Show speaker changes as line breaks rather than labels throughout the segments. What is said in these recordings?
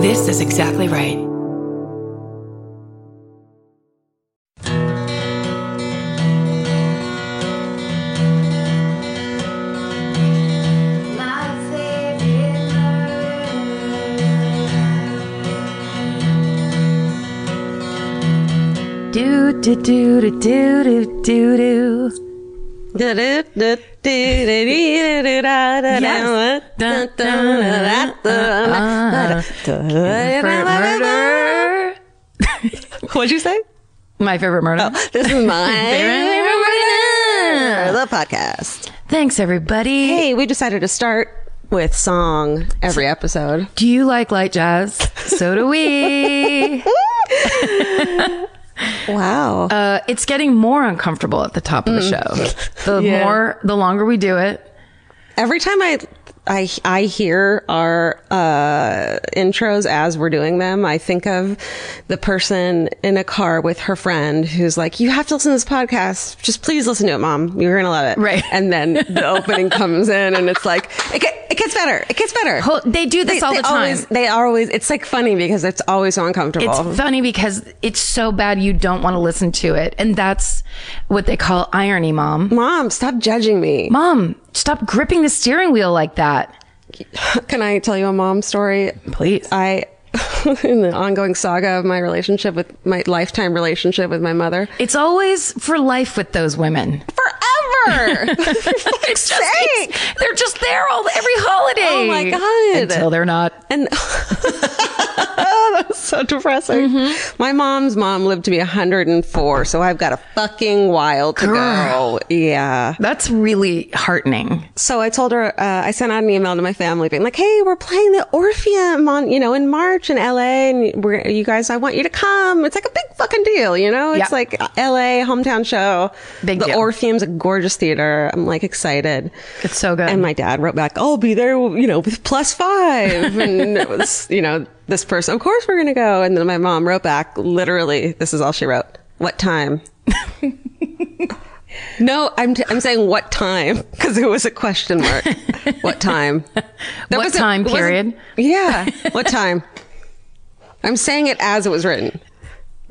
This is exactly right.
Do do do do do do do do.
Yes. Dun, dun, dun, dun, Favorite murder.
What'd you say?
My favorite murder.
This is mine. the podcast.
Thanks, everybody.
Oh. Hey, we decided to start with song every episode.
Do you like light jazz? So do we.
Wow.
uh, it's getting more uncomfortable at the top of the show. The
Mm. Yeah.
more, the longer we do it.
every time I I I hear our uh intros as we're doing them, I think of the person in a car with her friend who's like, "You have to listen to this podcast. Just please listen to it, mom. You're going to love it."
Right.
And then the opening comes in and it's like, it, get, it gets better. It gets better.
Hol- they do this all the time.
Always, they are always it's like funny because it's always so uncomfortable.
It's funny because it's so bad you don't want to listen to it, and that's what they call irony, mom.
Mom, stop judging me.
Mom, stop gripping the steering wheel like that,
Can I tell you a mom story?
please.
I in the ongoing saga of my relationship with my lifetime relationship with my mother
It's always for life with those women.
forever.
It's just, it's- they're just there all every holiday.
Oh my God.
Until they're not.
and that's so depressing.
Mm-hmm.
My mom's mom lived to be 104, so I've got a fucking while to
Girl.
go. Yeah.
That's really heartening.
So I told her uh, I sent out an email to my family being like, "Hey, we're playing the Orpheum on, you know, in March in LA and we're you guys I want you to come." It's like a big fucking deal, you know? It's
Yeah.
like LA hometown show.
Big
the
deal.
Orpheum's a gorgeous theater. I'm like excited.
It's so good.
And my dad wrote back, I'll be there, you know, with plus five. And, it was, you know, this person, of course we're going to go. And then my mom wrote back, literally, this is all she wrote. What time? no, I'm, t- I'm saying what time because it was a question mark. What time? There
What
wasn't-
time
it wasn't-
period?
Yeah. What time? I'm saying it as it was written.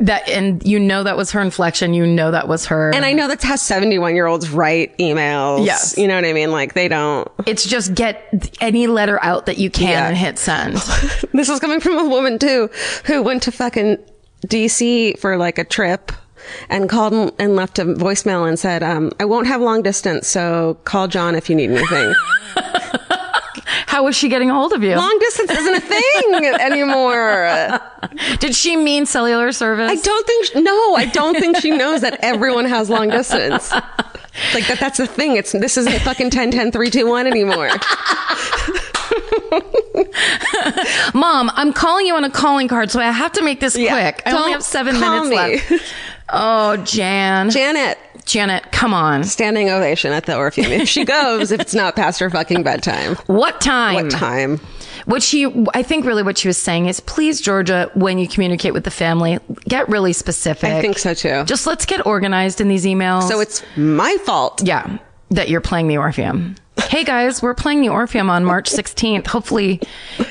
that and you know that was her inflection. You know that was her.
And I know that's how 71 year olds write emails.
Uh-huh. Yes.
You know what I mean? Like they don't.
it's just get any letter out that you can
Yeah.
and hit send.
This is coming from a woman too, who went to fucking DC for like a trip and called and- and left a voicemail and said, um, I won't have long distance, so call John if you need anything.
How was she getting a hold of you?
long distance isn't a thing anymore. I
Did she mean cellular service?
don't think, sh no, I don't think she knows that everyone has long distance. Like that, that's the thing. It's, this isn't fucking 10, 10, 3, 2, 1 anymore.
Mom, I'm calling you on a calling card, so I have to make this
Yeah.
quick. I
Don't
only have seven
call
minutes
me.
left. Oh, Jan.
Janet,
Janet, come on.
standing ovation at the Orpheum. If she goes, if it's not past her fucking bedtime.
What time?
What time?
What she, I think really what she was saying is please, Georgia, when you communicate with the family, get really specific.
I think so too.
Just let's get organized in these emails.
So it's my fault.
yeah, that you're playing the Orpheum. hey guys, we're playing the Orpheum on March 16th. Hopefully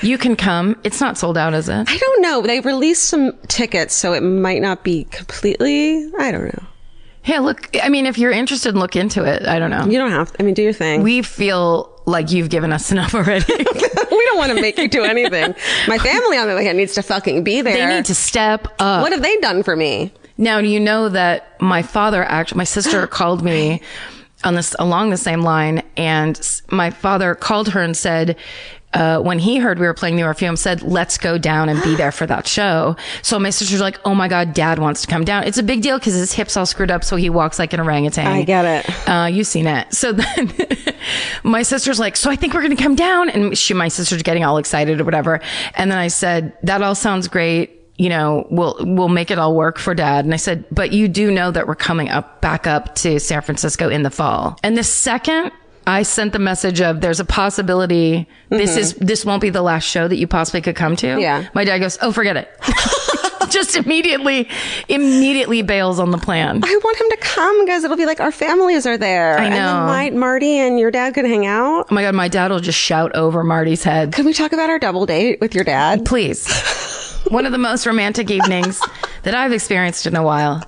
you can come. It's not sold out, is it?
I don't know. They released some tickets, so it might not be completely. I don't know.
Hey, look, I mean, if you're interested, look into it. I don't know.
You don't have. I mean, do your thing. We,
we feel like you've given us enough already.
don't want to make you do anything. My family, on the other hand, needs to fucking be there.
they need to step up.
What have they done for me?
Now, do you know that my father act my sister called me on this along the same line, and s- my father called her and said, uh, when he heard we were playing the Orpheum, said, "Let's go down and be there for that show." So my sister's like, "Oh my god, Dad wants to come down." It's a big deal because his hips all screwed up, so he walks like an orangutan.
I get it.
Uh, you've seen it. So then my sister's like, so I think we're going to come down. And she, my sister's getting all excited or whatever. And then I said, that all sounds great. You know, we'll, we'll make it all work for dad. And I said, but you do know that we're coming up back up to San Francisco in the fall. And the second I sent the message of there's a possibility this is, this won't be the last show that you possibly could come to.
Yeah.
My dad goes, Oh, forget it. just immediately, immediately bails on the plan.
I want him to come because it'll be like our families are there.
I
And
know.
then my, Marty and your dad could hang out.
Oh my God, my dad will just shout over Marty's head.
Can we talk about our double date with your dad?
Please. One of the most romantic evenings that I've experienced in a while.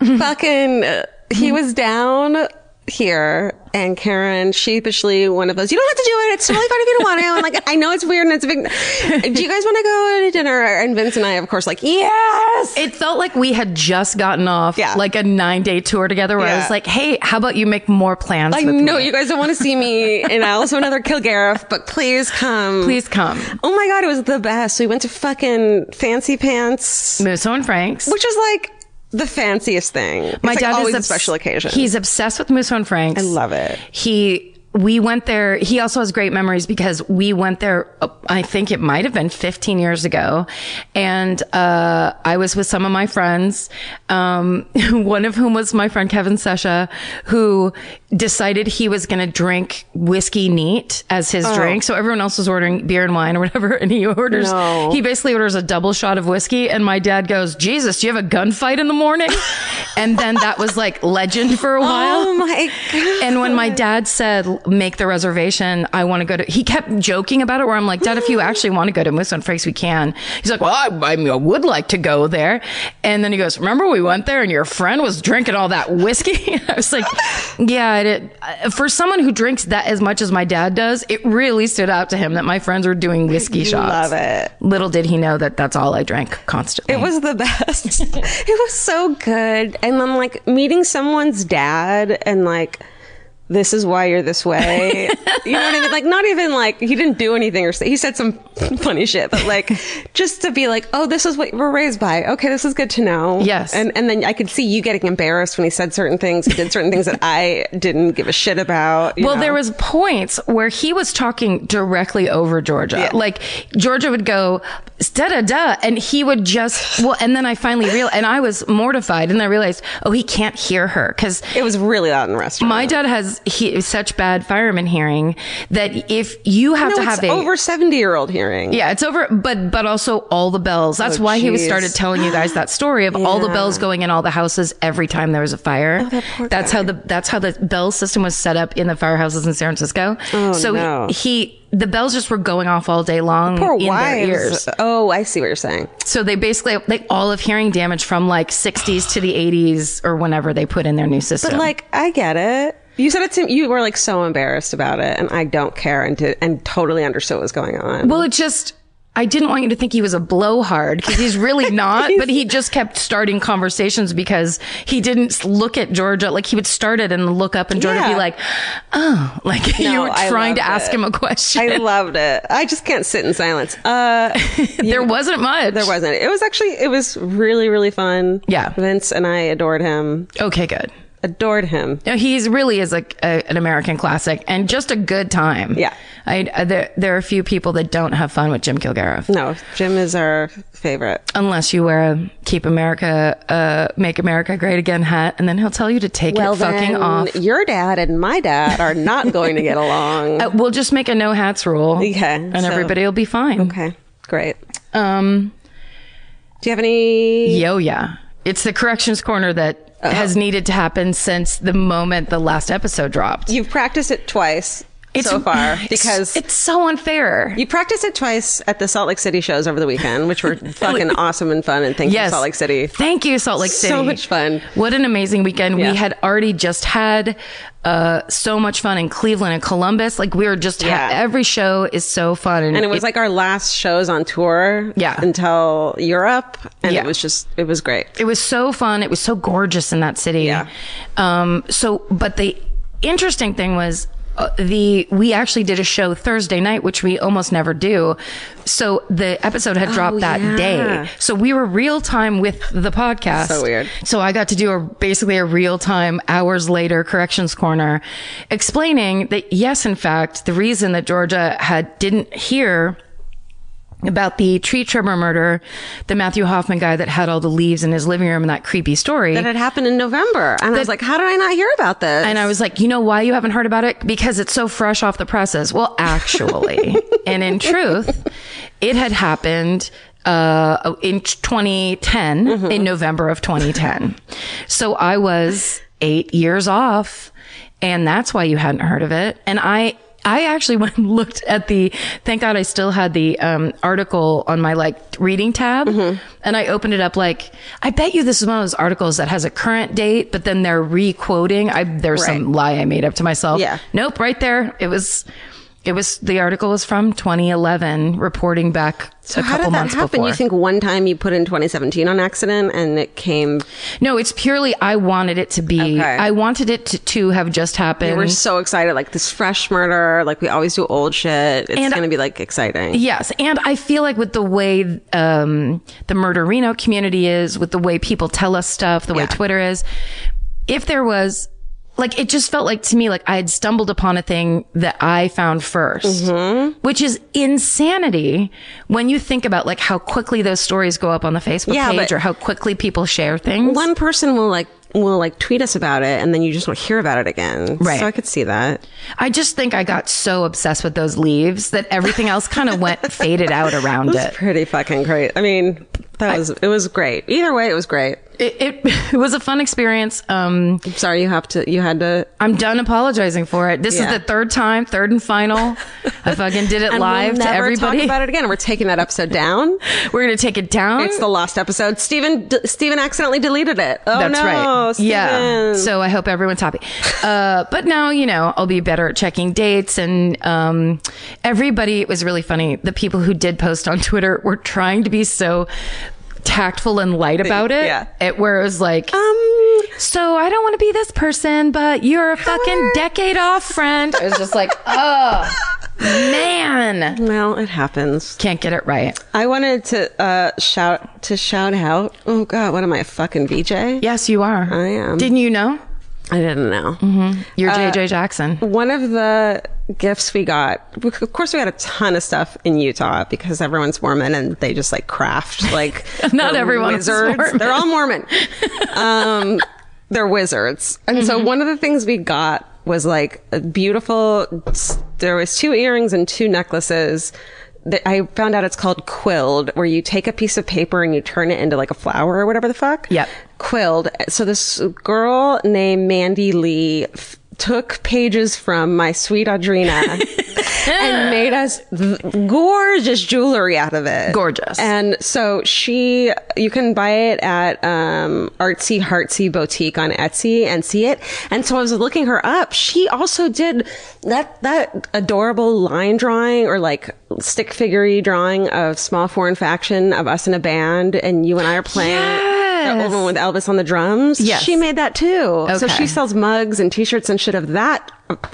Mm-hmm.
Fucking, uh, he was down here and Karen sheepishly one of those, you don't have to do it. It's totally fine if you don't want to. And like, I know it's weird and it's a big, do you guys want to go to dinner? And Vince and I, of course, like, yes.
It felt like we had just gotten off
Yeah.
like a nine day tour together where I
Yeah.
was like, hey, how about you make more plans?
I
with
know
me?
you guys don't want to see me and I also another Kilgariff, but please come.
Please come.
Oh my God, it was the best. We went to fucking Fancy Pants,
Musso and Frank's.
which is like the fanciest thing. It's
My
like
dad
always
is
a special occasion.
He's obsessed with Musso and Frank's. I
love it.
He we went there. He also has great memories because we went there. uh, I think it might have been 15 years ago, and uh, I was with some of my friends. Um, one of whom was my friend Kevin Sesha, who decided he was going to drink whiskey neat as
Oh.
his drink. So everyone else was ordering beer and wine or whatever, and he orders.
No.
He basically orders a double shot of whiskey, and my dad goes, "Jesus, do you have a gunfight in the morning?" and then that was like legend for a while.
oh my God.
And when my dad said, make the reservation, I want to go to, he kept joking about it where I'm like, Dad, if you actually want to go to Moose and Freaks, we can. He's like, well, I, I, mean, I would like to go there. And then he goes, remember we went there and your friend was drinking all that whiskey? I was like, yeah, I did. Uh, For someone who drinks that as much as my dad does, it really stood out to him that my friends were doing whiskey shots.
Love it.
Little did he know that that's all I drank constantly.
It was the best. it was so good. And then like meeting someone's dad and like, this is why you're this way. you know what I mean? Like, not even like he didn't do anything or say, he said some funny shit, but like just to be like, oh, this is what you we're raised by. Okay, this is good to know.
Yes.
And and then I could see you getting embarrassed when he said certain things, he did certain things that I didn't give a shit about. you
Well,
know?
there was points where he was talking directly over Georgia. Like Georgia would go da da da, and he would just well. And then I finally realized, and I was mortified, and I realized, oh, he can't hear her because
it was really loud in the restaurant.
my dad has he, such bad fireman hearing that if you have
no,
to
it's
have a
over seventy year old hearing.
yeah, it's over, but but also all the bells. That's why he was
Oh, jeez.
started telling you guys that story of all the bells going in all the houses every time there was a fire.
Oh, that poor
that's how the that's how the bell system was set up in the firehouses in San Francisco. so
Oh, no.
he the bells just were going off all day long
Poor
in
wives.
their ears.
Oh, I see what you're saying.
So they basically they all have hearing damage from like 60s to the 80s or whenever they put in their new system.
Like, I get it. You said it to you were like so embarrassed about it, and I don't care, and did, and totally understood what was going on.
Well, it just. I didn't want you to think he was a blowhard because he's really not, but he just kept starting conversations because he didn't look at Georgia. Like he would start it and look up and Georgia would
Yeah.
be like, oh, like you
No,
were
I
trying to
loved
ask
it.
him a question.
I loved it. I just can't sit in silence. Uh,
there wasn't much.
there wasn't. It was actually it was really really fun.
Yeah.
Vince and I adored him.
Okay, good.
Adored him.
No, he's really is like a, an American classic and just a good time.
Yeah.
I, uh, there, there are a few people that don't have fun with Jim Kilgariff.
No, Jim is our favorite.
Unless you wear a keep America, uh, make America great again hat and then he'll tell you to take it fucking off.
your dad and my dad are not going to get along.
Uh, we'll just make a no hats rule.
Yeah,
And
so-
everybody will be fine.
Okay, great.
Um,
Do you have any?
yo, yeah. It's the corrections corner that
Uh-huh.
has needed to happen since the moment the last episode dropped.
You've practiced it twice so far
it's-
because
it's, so unfair.
You practiced it twice at the Salt Lake City shows over the weekend, which were fucking awesome and fun. And thank you,
Yes.
Salt Lake City.
Thank you, Salt Lake
So
City.
much fun.
What an amazing weekend.
Yeah.
We had already just had uh, so much fun in Cleveland and Columbus. Like, we were just, ha-
Yeah.
every show is so fun.
And it was like our last shows on tour
Yeah.
until Europe. And
Yeah.
it was just, it was great.
it was so fun. It was so gorgeous in that city.
Yeah.
Um, so, but the interesting thing was uh, the we actually did a show Thursday night, which we almost never do. So the episode had dropped that
Oh, yeah.
day. So we were real time with the podcast.
So weird.
So I got to do a basically a real time hours later corrections corner explaining that yes, in fact, the reason that Georgia had didn't hear about the tree trimmer murder, the Matthew Hoffman guy that had all the leaves in his living room and that creepy story.
That had happened in November. And I was like, how did I not hear about this?
and I was like, you know why you haven't heard about it? Because it's so fresh off the presses. Well, actually, and in truth, it had happened uh, in 2010, in November of 2010. so I was eight years off, and that's why you hadn't heard of it. And I, I actually went and looked at the, thank God I still had the um, article on my like reading tab.
Mm-hmm.
And I opened it up like, I bet you this is one of those articles that has a current date, but then they're re-quoting. I, there's some lie I made up to myself.
Yeah.
Nope, right there. It was, it was, the article was from 2011, reporting back a
How
couple
did that
months
happen?
before.
You think one time you put in 2017 on accident and it came.
No, it's purely I wanted it to be.
Okay.
I wanted it to, to have just happened.
We're so excited, like this fresh murder. Like we always do old shit. It's
And-
gonna be like exciting.
yes, and I feel like with the way um, the murderino community is, with the way people tell us stuff, the way Twitter is, if there was. Like it just felt like to me like I had stumbled upon a thing that I found 1st
Mm-hmm.
which is insanity when you think about like how quickly those stories go up on the Facebook
Yeah,
page
but-
or how quickly people share things.
One person will like will like tweet us about it, and then you just don't hear about it again.
Right.
So I could see that.
I just think I got so obsessed with those leaves that everything else kind of went faded out around it.
Pretty fucking great. I mean, that was it was great. Either way, it was great.
It, it, it was a fun experience. Um,
I'm sorry you have to. You had to.
I'm done apologizing for it. This
Yeah.
is the third time, third and final. I fucking did it
And we'll
live to
never
everybody.
Talk about it again. We're taking that episode down.
We're gonna take it down.
It's the lost episode. Steven d- Steven accidentally deleted it. Oh
That's
no,
right.
Steven.
Yeah. So I hope everyone's happy. Uh, but now, you know, I'll be better at checking dates. And um, everybody, it was really funny. The people who did post on Twitter were trying to be so tactful and light about it.
Yeah.
It where it was like,
um,
so I don't want to be this person, but you're a fucking decade off friend. It was just like, oh man,
well, it happens.
can't get it right.
I wanted to uh, shout to shout out. Oh God, what am I a fucking VJ?
Yes, you are.
I am. Uh,
Didn't you know?
I didn't know.
You're JJ Jackson.
One of the gifts we got, of course, we got a ton of stuff in Utah because everyone's Mormon and they just like craft like
Not
they're
everyone is
Wizards.
Mormon.
They're all Mormon. um, they're wizards, and so one of the things we got was like a beautiful. There was two earrings and two necklaces. that I found out it's called quilled, where you take a piece of paper and you turn it into like a flower or whatever the fuck
Yep.
quilled. So this girl named Mandy Lee f- took pages from my sweet Audrina and made us th- gorgeous jewelry out of it.
Gorgeous.
And so she, you can buy it at um, Artsy Heartsy Boutique on Etsy and see it. And so I was looking her up. She also did that that adorable line drawing or like stick figurey drawing of small foreign faction of us in a band and you and I are playing the old one with Elvis on the drums.
Yes.
She made that too. So
Okay.
she sells mugs and t-shirts and shit of that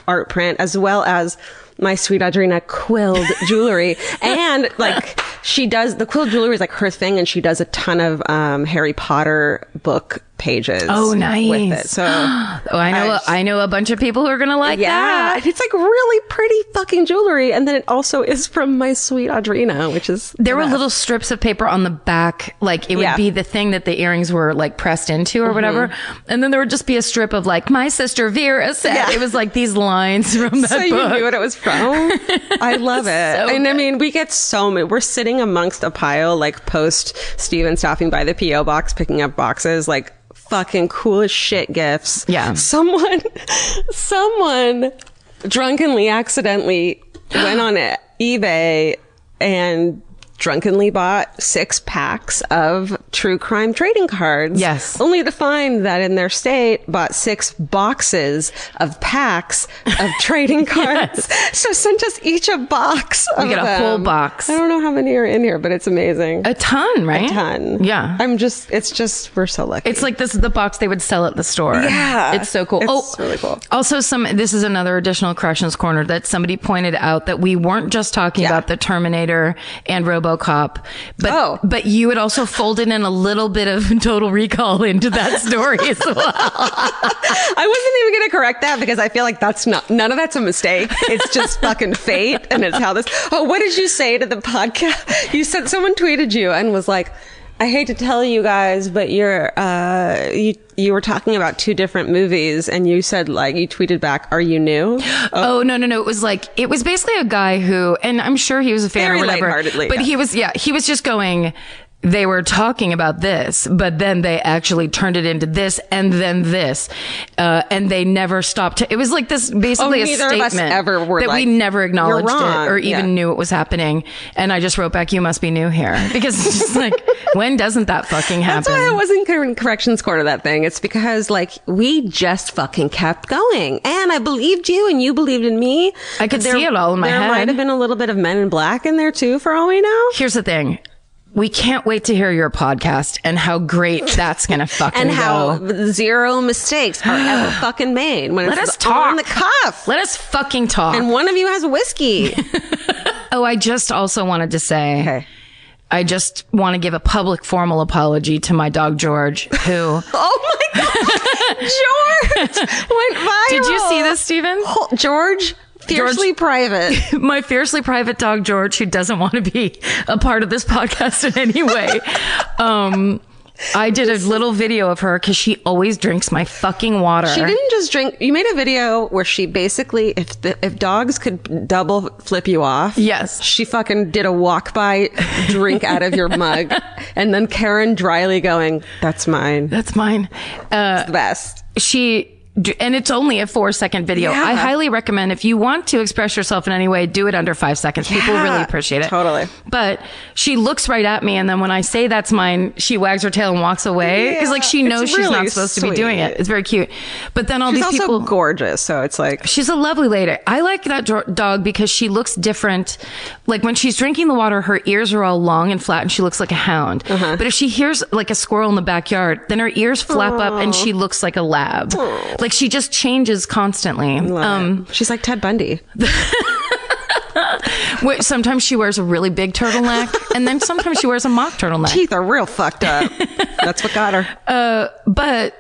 art print as well as my sweet Audrina quilled jewelry and like she does the quilled jewelry is like her thing and she does a ton of um Harry Potter book pages.
Oh, nice.
With it. So
Oh, I know.
I
I
just-
know a bunch of people who are gonna like
yeah,
that.
it's like really pretty fucking jewelry and then it also is from my sweet Audrina, which is
There were little strips of paper on the back, like it would
Yeah. Mm-hmm.
be the thing that the earrings were like pressed into or whatever. And then there would just be a strip of like my sister Vera said.
Yeah.
It was like these lines from that
so
book.
you knew what it was from. I love it. and I mean, we get so many. We're sitting amongst a pile, like post Steven stopping by the PO box, picking up boxes, like fucking cool as shit gifts.
Yeah.
Someone, someone drunkenly accidentally went on eBay and drunkenly bought six packs of true crime trading cards
Yes.
only to find that in their state bought six boxes of packs of trading cards. So sent us each a box. We
got a whole box.
I don't know how many are in here, but it's amazing.
a ton, right?
ton.
Yeah.
I'm just. It's just we're so lucky.
It's like this is the box they would sell at the store.
Yeah.
It's so cool.
It's
oh,
really cool.
Also, some this is another additional corrections corner that somebody pointed out that we weren't just talking about the Terminator and RoboCop, but
Oh.
but you had also folded in a little bit of Total Recall into that story as well.
I wasn't even going to correct that because I feel like that's not none of that's a mistake. It's just fucking fate, and it's how this. Oh, what did you say to the podcast? You said someone tweeted you and was like. I hate to tell you guys, but you're uh, you you were talking about two different movies, and you said like you tweeted back, "Are you new?"
Oh. no no no! It was like it was basically a guy who, and I'm sure he was a fan
Very
or whatever.
lightheartedly,
But
yeah.
he was yeah he was just going. They were talking about this, but then they actually turned it into this, and then this, uh, and they never stopped. it was like this basically a
Oh, neither
statement
of us ever were
that
like,
we never
"You're
acknowledged
wrong."
it or even
Yeah.
knew it was happening. And I just wrote back, "You must be new here," because it's just like when doesn't that fucking happen?
That's why I wasn't in corrections court of that thing. It's because like we just fucking kept going, and I believed you, and you believed in me.
I could
There-
see it all in my
there
head.
might have been a little bit of Men in Black in there too, for all we know.
here's the thing. We can't wait to hear your podcast and how great that's going to fucking
And how
go.
zero mistakes are ever fucking made when
Let
it's
us talk.
on the cuff.
Let us fucking talk.
and one of you has whiskey.
oh, I just also wanted to say I just want to give a public formal apology to my dog George who
Oh my god, George went viral.
Did you see this, Steven?
Ho- George fiercely private.
my fiercely private dog George, who doesn't want to be a part of this podcast in any way. um, I did a little video of her because she always drinks my fucking water.
She didn't just drink. You made a video where she basically, if the, if dogs could double flip you off,
Yes.
she fucking did a walk by, drink out of your mug, and then Karen dryly going, "That's mine."
That's mine.
That's the best.
she and it's only a four second video.
Yeah.
I highly recommend if you want to express yourself in any way, do it under five seconds. People
Yeah,
really appreciate it.
totally.
But she looks right at me, and then when I say that's mine, she wags her tail and walks away because, like, she
Yeah,
knows
it's
she's
really
not supposed to be doing it.
sweet.
It's very cute. But then all
She's
these
also
people.
gorgeous, so it's like
She's a lovely lady. I like that dro- dog because she looks different. Like when she's drinking the water, her ears are all long and flat and she looks like a hound. But if she hears like a squirrel in the backyard, then her ears flap up and she looks like a lab. Like she just changes constantly. Um,
she's like Ted Bundy.
wh- sometimes she wears a really big turtleneck and then sometimes she wears a mock turtleneck.
Teeth are real fucked up. That's what got her.
Uh, but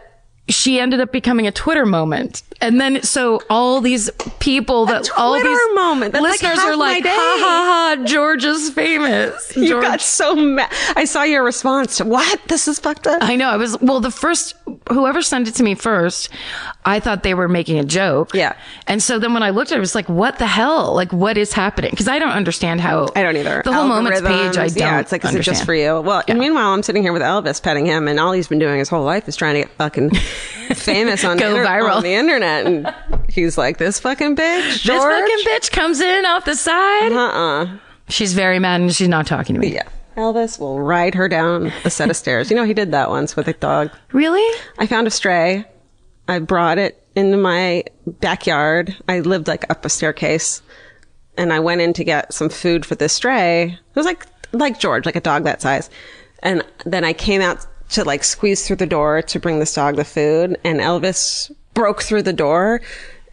she ended up becoming a Twitter moment. And then so all these people that all
Twitter
these
moment. That's like
listeners
half
are
my
like,
day."
ha ha ha, George is famous.
you
George.
got so mad. I saw your response. to, What? This is fucked up.
I know. I was well. The first, whoever sent it to me first, I thought they were making a joke.
Yeah.
And so then when I looked at it, I was like, "What the hell? Like, what is happening?" Because I don't understand how.
I don't either.
The whole moments page. I
Algorithms.
don't.
Yeah, it's like is it
understand.
just for you? Well, and meanwhile, I'm sitting here with Elvis petting him, and all he's been doing his whole life is trying to get fucking famous on,
Go
inter-
viral.
on the internet, and he's like, "This fucking bitch,
This
George."
fucking bitch comes in off the side.
uh-uh.
She's very mad and she's not talking to me.
Yeah. Elvis will ride her down a set of stairs. You know, he did that once with a dog.
Really?
I found a stray. I brought it into my backyard. I lived like up a staircase and I went in to get some food for this stray. It was like, like George, like a dog that size. And then I came out to like squeeze through the door to bring this dog the food and Elvis broke through the door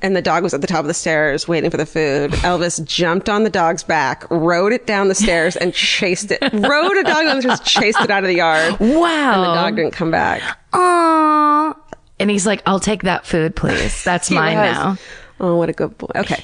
and the dog was at the top of the stairs waiting for the food. Elvis jumped on the dog's back, rode it down the stairs and chased it, rode a dog down the stairs, chased it out of the yard.
Wow.
And the dog didn't come back.
Aww. And he's like, "I'll take that food, please. That's
He
mine
was.
now."
Oh, what a good boy. Okay.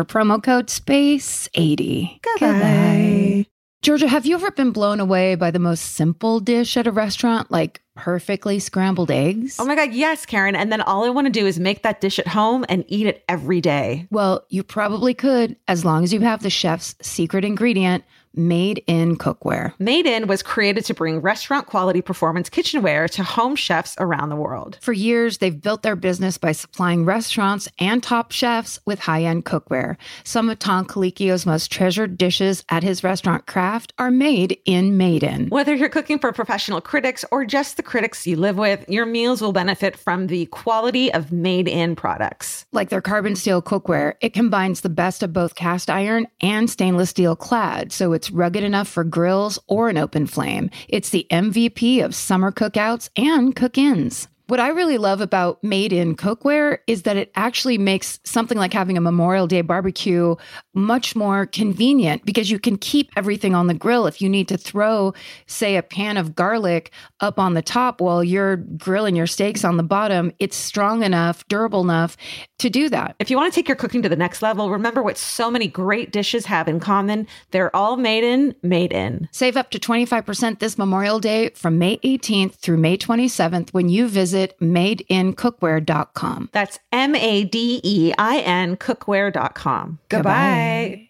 promo code SPACE80.
Goodbye.
Georgia, have you ever been blown away by the most simple dish at a restaurant, like perfectly scrambled eggs?
Oh my God, yes, Karen. And then all I want to do is make that dish at home and eat it every day.
Well, you probably could as long as you have the chef's secret ingredient made in cookware.
Made In was created to bring restaurant quality performance kitchenware to home chefs around the world.
For years, they've built their business by supplying restaurants and top chefs with high end cookware. Some of Tom Colicchio's most treasured dishes at his restaurant Craft are made in Maiden.
Whether you're cooking for professional critics or just the critics you live with, your meals will benefit from the quality of Made In products.
Like their carbon steel cookware, it combines the best of both cast iron and stainless steel clad, so it's rugged enough for grills or an open flame. It's the MVP of summer cookouts and cook ins. What I really love about made in cookware is that it actually makes something like having a Memorial Day barbecue much more convenient because you can keep everything on the grill. If you need to throw, say, a pan of garlic up on the top while you're grilling your steaks on the bottom, it's strong enough, durable enough to do that.
If you want to take your cooking to the next level, remember what so many great dishes have in common. They're all made in, made in.
Save up to 25% this Memorial Day from May 18th through May 27th when you visit madeincookware.com.
That's M A D E I N cookware.com.
Goodbye.
Goodbye.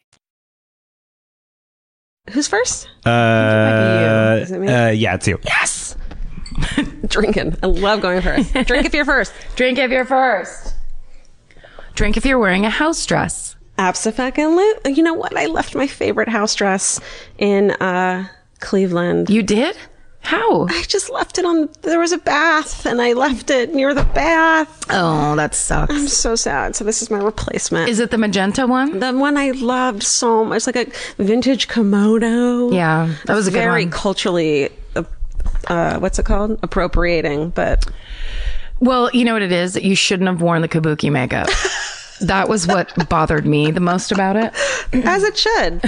Who's first?
Uh,
Is it me?
uh, yeah, it's you.
Yes.
Drinking. I love going first. Drink if you're first.
Drink if you're first. Drink if you're wearing a house dress.
Absolutely. You know what? I left my favorite house dress in uh, Cleveland.
You did? How?
I just left it on. There was a bath, and I left it near the bath.
Oh, that
I'm
sucks.
so sad. So this is my replacement.
Is it the magenta one?
the one I loved so much, like a vintage kimono.
Yeah, that was a good
very
one.
culturally. uh, Uh, what's it called? Appropriating, but
Well, you know what it is? You shouldn't have worn the kabuki makeup. that was what bothered me the most about it.
as it should.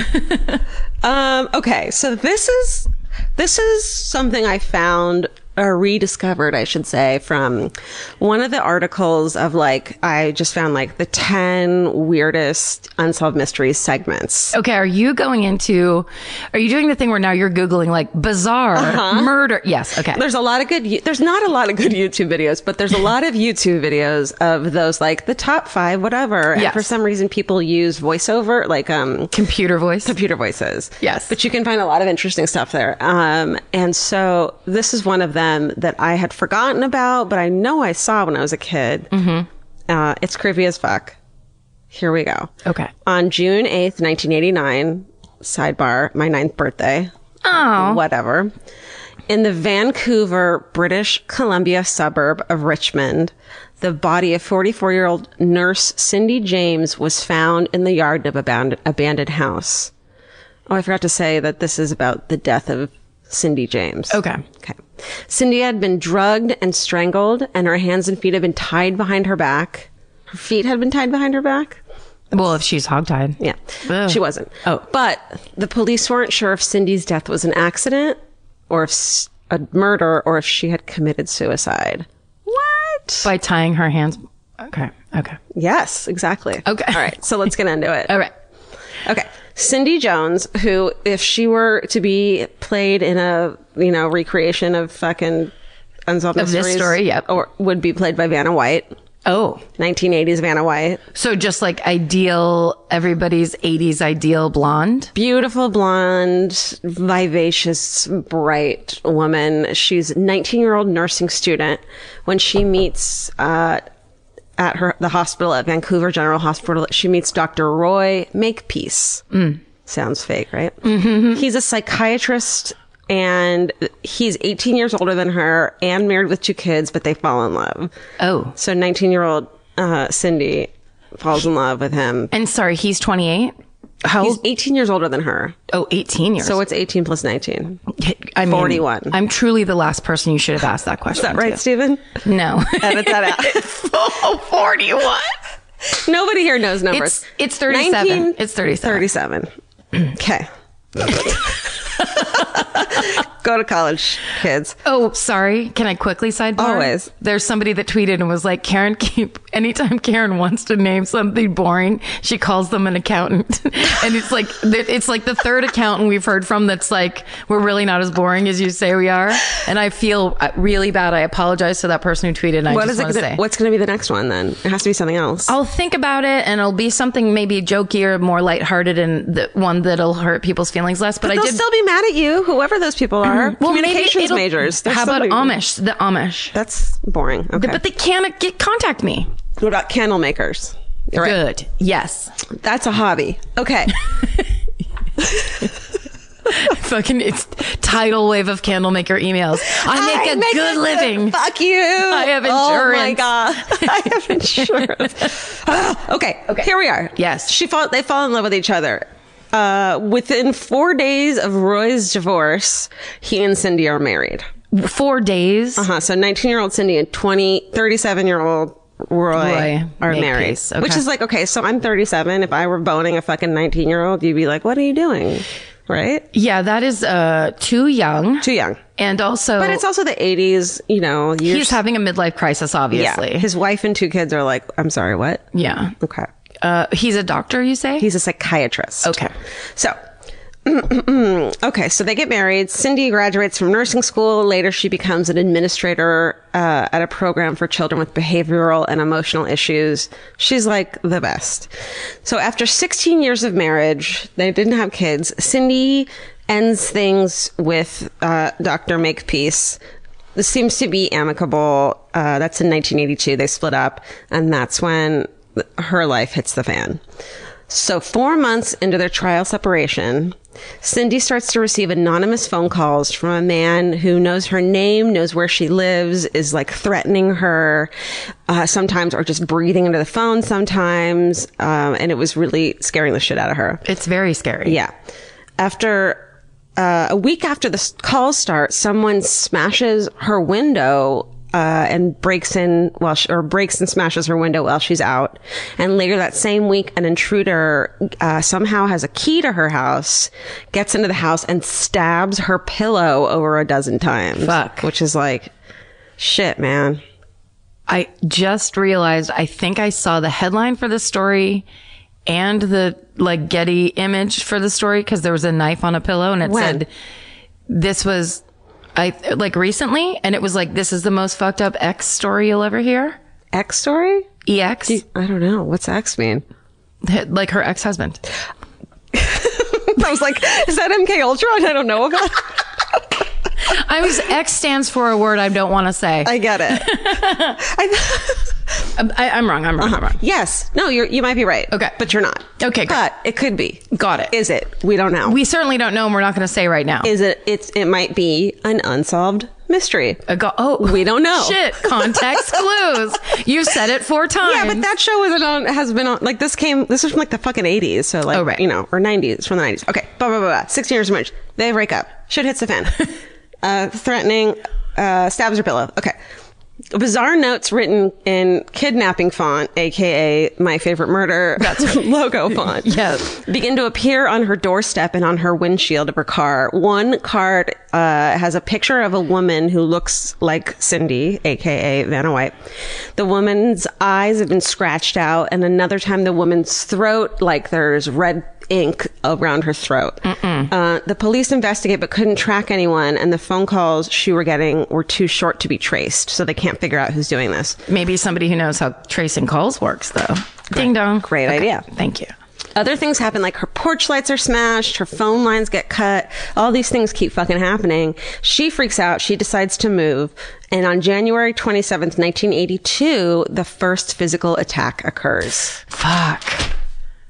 um, okay, so this is this is something I found or rediscovered, I should say, from one of the articles of like I just found like the ten weirdest unsolved mysteries segments.
Okay, are you going into, are you doing the thing where now you're Googling like bizarre murder? Yes, okay.
There's a lot of good. There's not a lot of good YouTube videos, but there's a lot of YouTube videos of those like the top five, whatever. And
Yes.
for some reason, people use voiceover, like um,
Computer voice.
computer voices.
Yes.
But you can find a lot of interesting stuff there. Um, and so this is one of them that I had forgotten about, but I know I saw when I was a kid. Mm-hmm. Uh, it's creepy as fuck. Here we go.
Okay.
On June 8th, 1989, sidebar, my ninth birthday.
Oh.
Whatever. In the Vancouver, British Columbia suburb of Richmond, the body of 44 year old nurse Cindy James was found in the yard of a bound- abandoned house. Oh, I forgot to say that this is about the death of Cindy James.
Okay.
Okay. Cindy had been drugged and strangled, and her hands and feet had been tied behind her back. Her feet had been tied behind her back?
Well, if she's hogtied.
Yeah. She wasn't. Oh. But the police weren't sure if Cindy's death was an accident or if s- a murder or if she had committed suicide. What?
By tying her hands. Okay. Okay.
yes, exactly.
Okay.
All right. So let's get into it.
All right.
Okay. Cindy Jones, who, if she were to be played in a, you know, recreation of fucking Unsolved
Of this
Mysteries.
story, yep.
Or would be played by Vanna White.
Oh.
1980s Vanna White.
So just like ideal, everybody's 80s ideal blonde.
beautiful blonde, vivacious, bright woman. She's a 19 year old nursing student when she meets uh, at her the hospital at Vancouver General Hospital. She meets Dr. Roy Makepeace.
Mm.
Sounds fake, right? Mm-hmm. He's a psychiatrist. And he's 18 years older than her and married with two kids, but they fall in love.
Oh.
So 19 year old uh, Cindy falls in love with him.
And sorry, he's 28. How
He's
old?
18 years older than her.
Oh, 18 years.
So it's 18 plus 19.
I mean,
41.
I'm truly the last person you should have asked that question.
Is that right,
to.
Stephen?
No.
Edit that out.
oh, 41.
Nobody here knows numbers.
It's, it's 37.
19
it's 37.
37. Okay. Go to college, kids.
Oh, sorry. Can I quickly sidebar?
Always.
There's somebody that tweeted and was like, Karen, keep, anytime Karen wants to name something boring, she calls them an accountant. and it's like, it's like the third accountant we've heard from that's like, we're really not as boring as you say we are. And I feel uh, really bad. I apologize to that person who tweeted. And I
What
just
is it?
want to
Gonna,
say. Oh,
what's going to be the next one then? It has to be something else.
I'll think about it and it'll be something maybe jokier, more lighthearted, and the one that'll hurt people's feelings less. But, I
They'll
did. Mm-hmm.
still be mad at you, whoever those people are.
well, maybe
Communications
it'll-
majors. They're
How
still
about
gonna be-
Amish? The Amish.
That's boring. Okay.
But they can't get contact me.
what about candle makers? You're right.
Good. Yes.
That's a hobby. Okay.
Fucking it's tidal wave of candle maker emails. I make a
a
good living.
Fuck you. I
have
Oh my
insurance.
god. I have insurance. Ah, okay. Okay. Here we are.
Yes.
She fall. They fall in love with each other. Uh, within four days of Roy's divorce, he and Cindy are married.
Four days.
Uh-huh. So 19 year old Cindy and 20, 37 year old Roy,
Roy,
are
make
married.
peace. Okay.
Which is like, okay, so I'm 37. If I were boning a fucking 19 year old, you'd be like, what are you doing? Right?
Yeah, that is uh too young.
Too young.
And also,
But it's also the 80s, you know. You're,
he's having a midlife crisis. Obviously.
Yeah. His wife and two kids are like, I'm sorry, what?
yeah.
Okay.
Uh, he's a doctor. You say?
He's a psychiatrist.
Okay.
So, okay, so they get married. Cindy graduates from nursing school. Later, she becomes an administrator uh, at a program for children with behavioral and emotional issues. She's like the best. So, after 16 years of marriage, they didn't have kids. Cindy ends things with uh, Dr. Makepeace. This seems to be amicable. Uh, that's in 1982. They split up, and that's when th- her life hits the fan. So, four months into their trial separation, Cindy starts to receive anonymous phone calls from a man who knows her name, knows where she lives, is like threatening her uh, sometimes or just breathing into the phone sometimes. Um, and it was really scaring the shit out of her.
It's very scary.
Yeah. After uh, a week after the s- call starts, someone smashes her window uh, and breaks in while she, or breaks and smashes her window while she's out. And later that same week, an intruder uh, somehow has a key to her house, gets into the house and stabs her pillow over a dozen times.
Fuck.
Which is like, shit, man.
I just realized I think I saw the headline for this story and the like Getty image for the story because there was a knife on a pillow and it
When?
said this was I like recently and it was like this is the most fucked up X story you'll ever hear.
X story?
EX
I don't know. What's X mean?
like her ex-husband.
I was like, is that MK Ultra? And I don't know about. it?
I was X stands for a word I don't want to say.
I get it. I,
I, I'm wrong. I'm wrong.
Uh-huh.
I'm wrong.
Yes. No, you're, you might be right.
Okay.
But you're not.
Okay, great.
But it could be.
Got it.
Is it? We don't know.
We certainly don't know and we're not going to say right now.
is it, it's, it might be an unsolved mystery.
A go- oh,
We don't know.
Shit, context clues. You've said it four times.
Yeah, but that show wasn't on, has been on, like this came, this was from like the fucking 80s. So like,
Oh, right.
you know, or 90s, from the 90s. Okay. Blah, blah, blah, blah. 16 years of marriage. They break up. Shit hits the fan. uh, threatening, uh, stabs her pillow. Okay. Bizarre notes written in kidnapping font, aka my favorite murder. That's logo font.
Yes.
begin to appear on her doorstep and on her windshield of her car. One card uh, has a picture of a woman who looks like Cindy, aka Vanna White. The woman's eyes have been scratched out, and another time the woman's throat, like there's red ink around her throat. Uh, the police investigate but couldn't track anyone, and the phone calls she were getting were too short to be traced, so they can't figure out who's doing this.
Maybe somebody who knows how tracing calls works, though. Ding dong.
Great idea.
Thank you.
other things happen like her porch lights are smashed her phone lines get cut all these things keep fucking happening she freaks out she decides to move and on january 27th 1982 the first physical attack occurs
Fuck.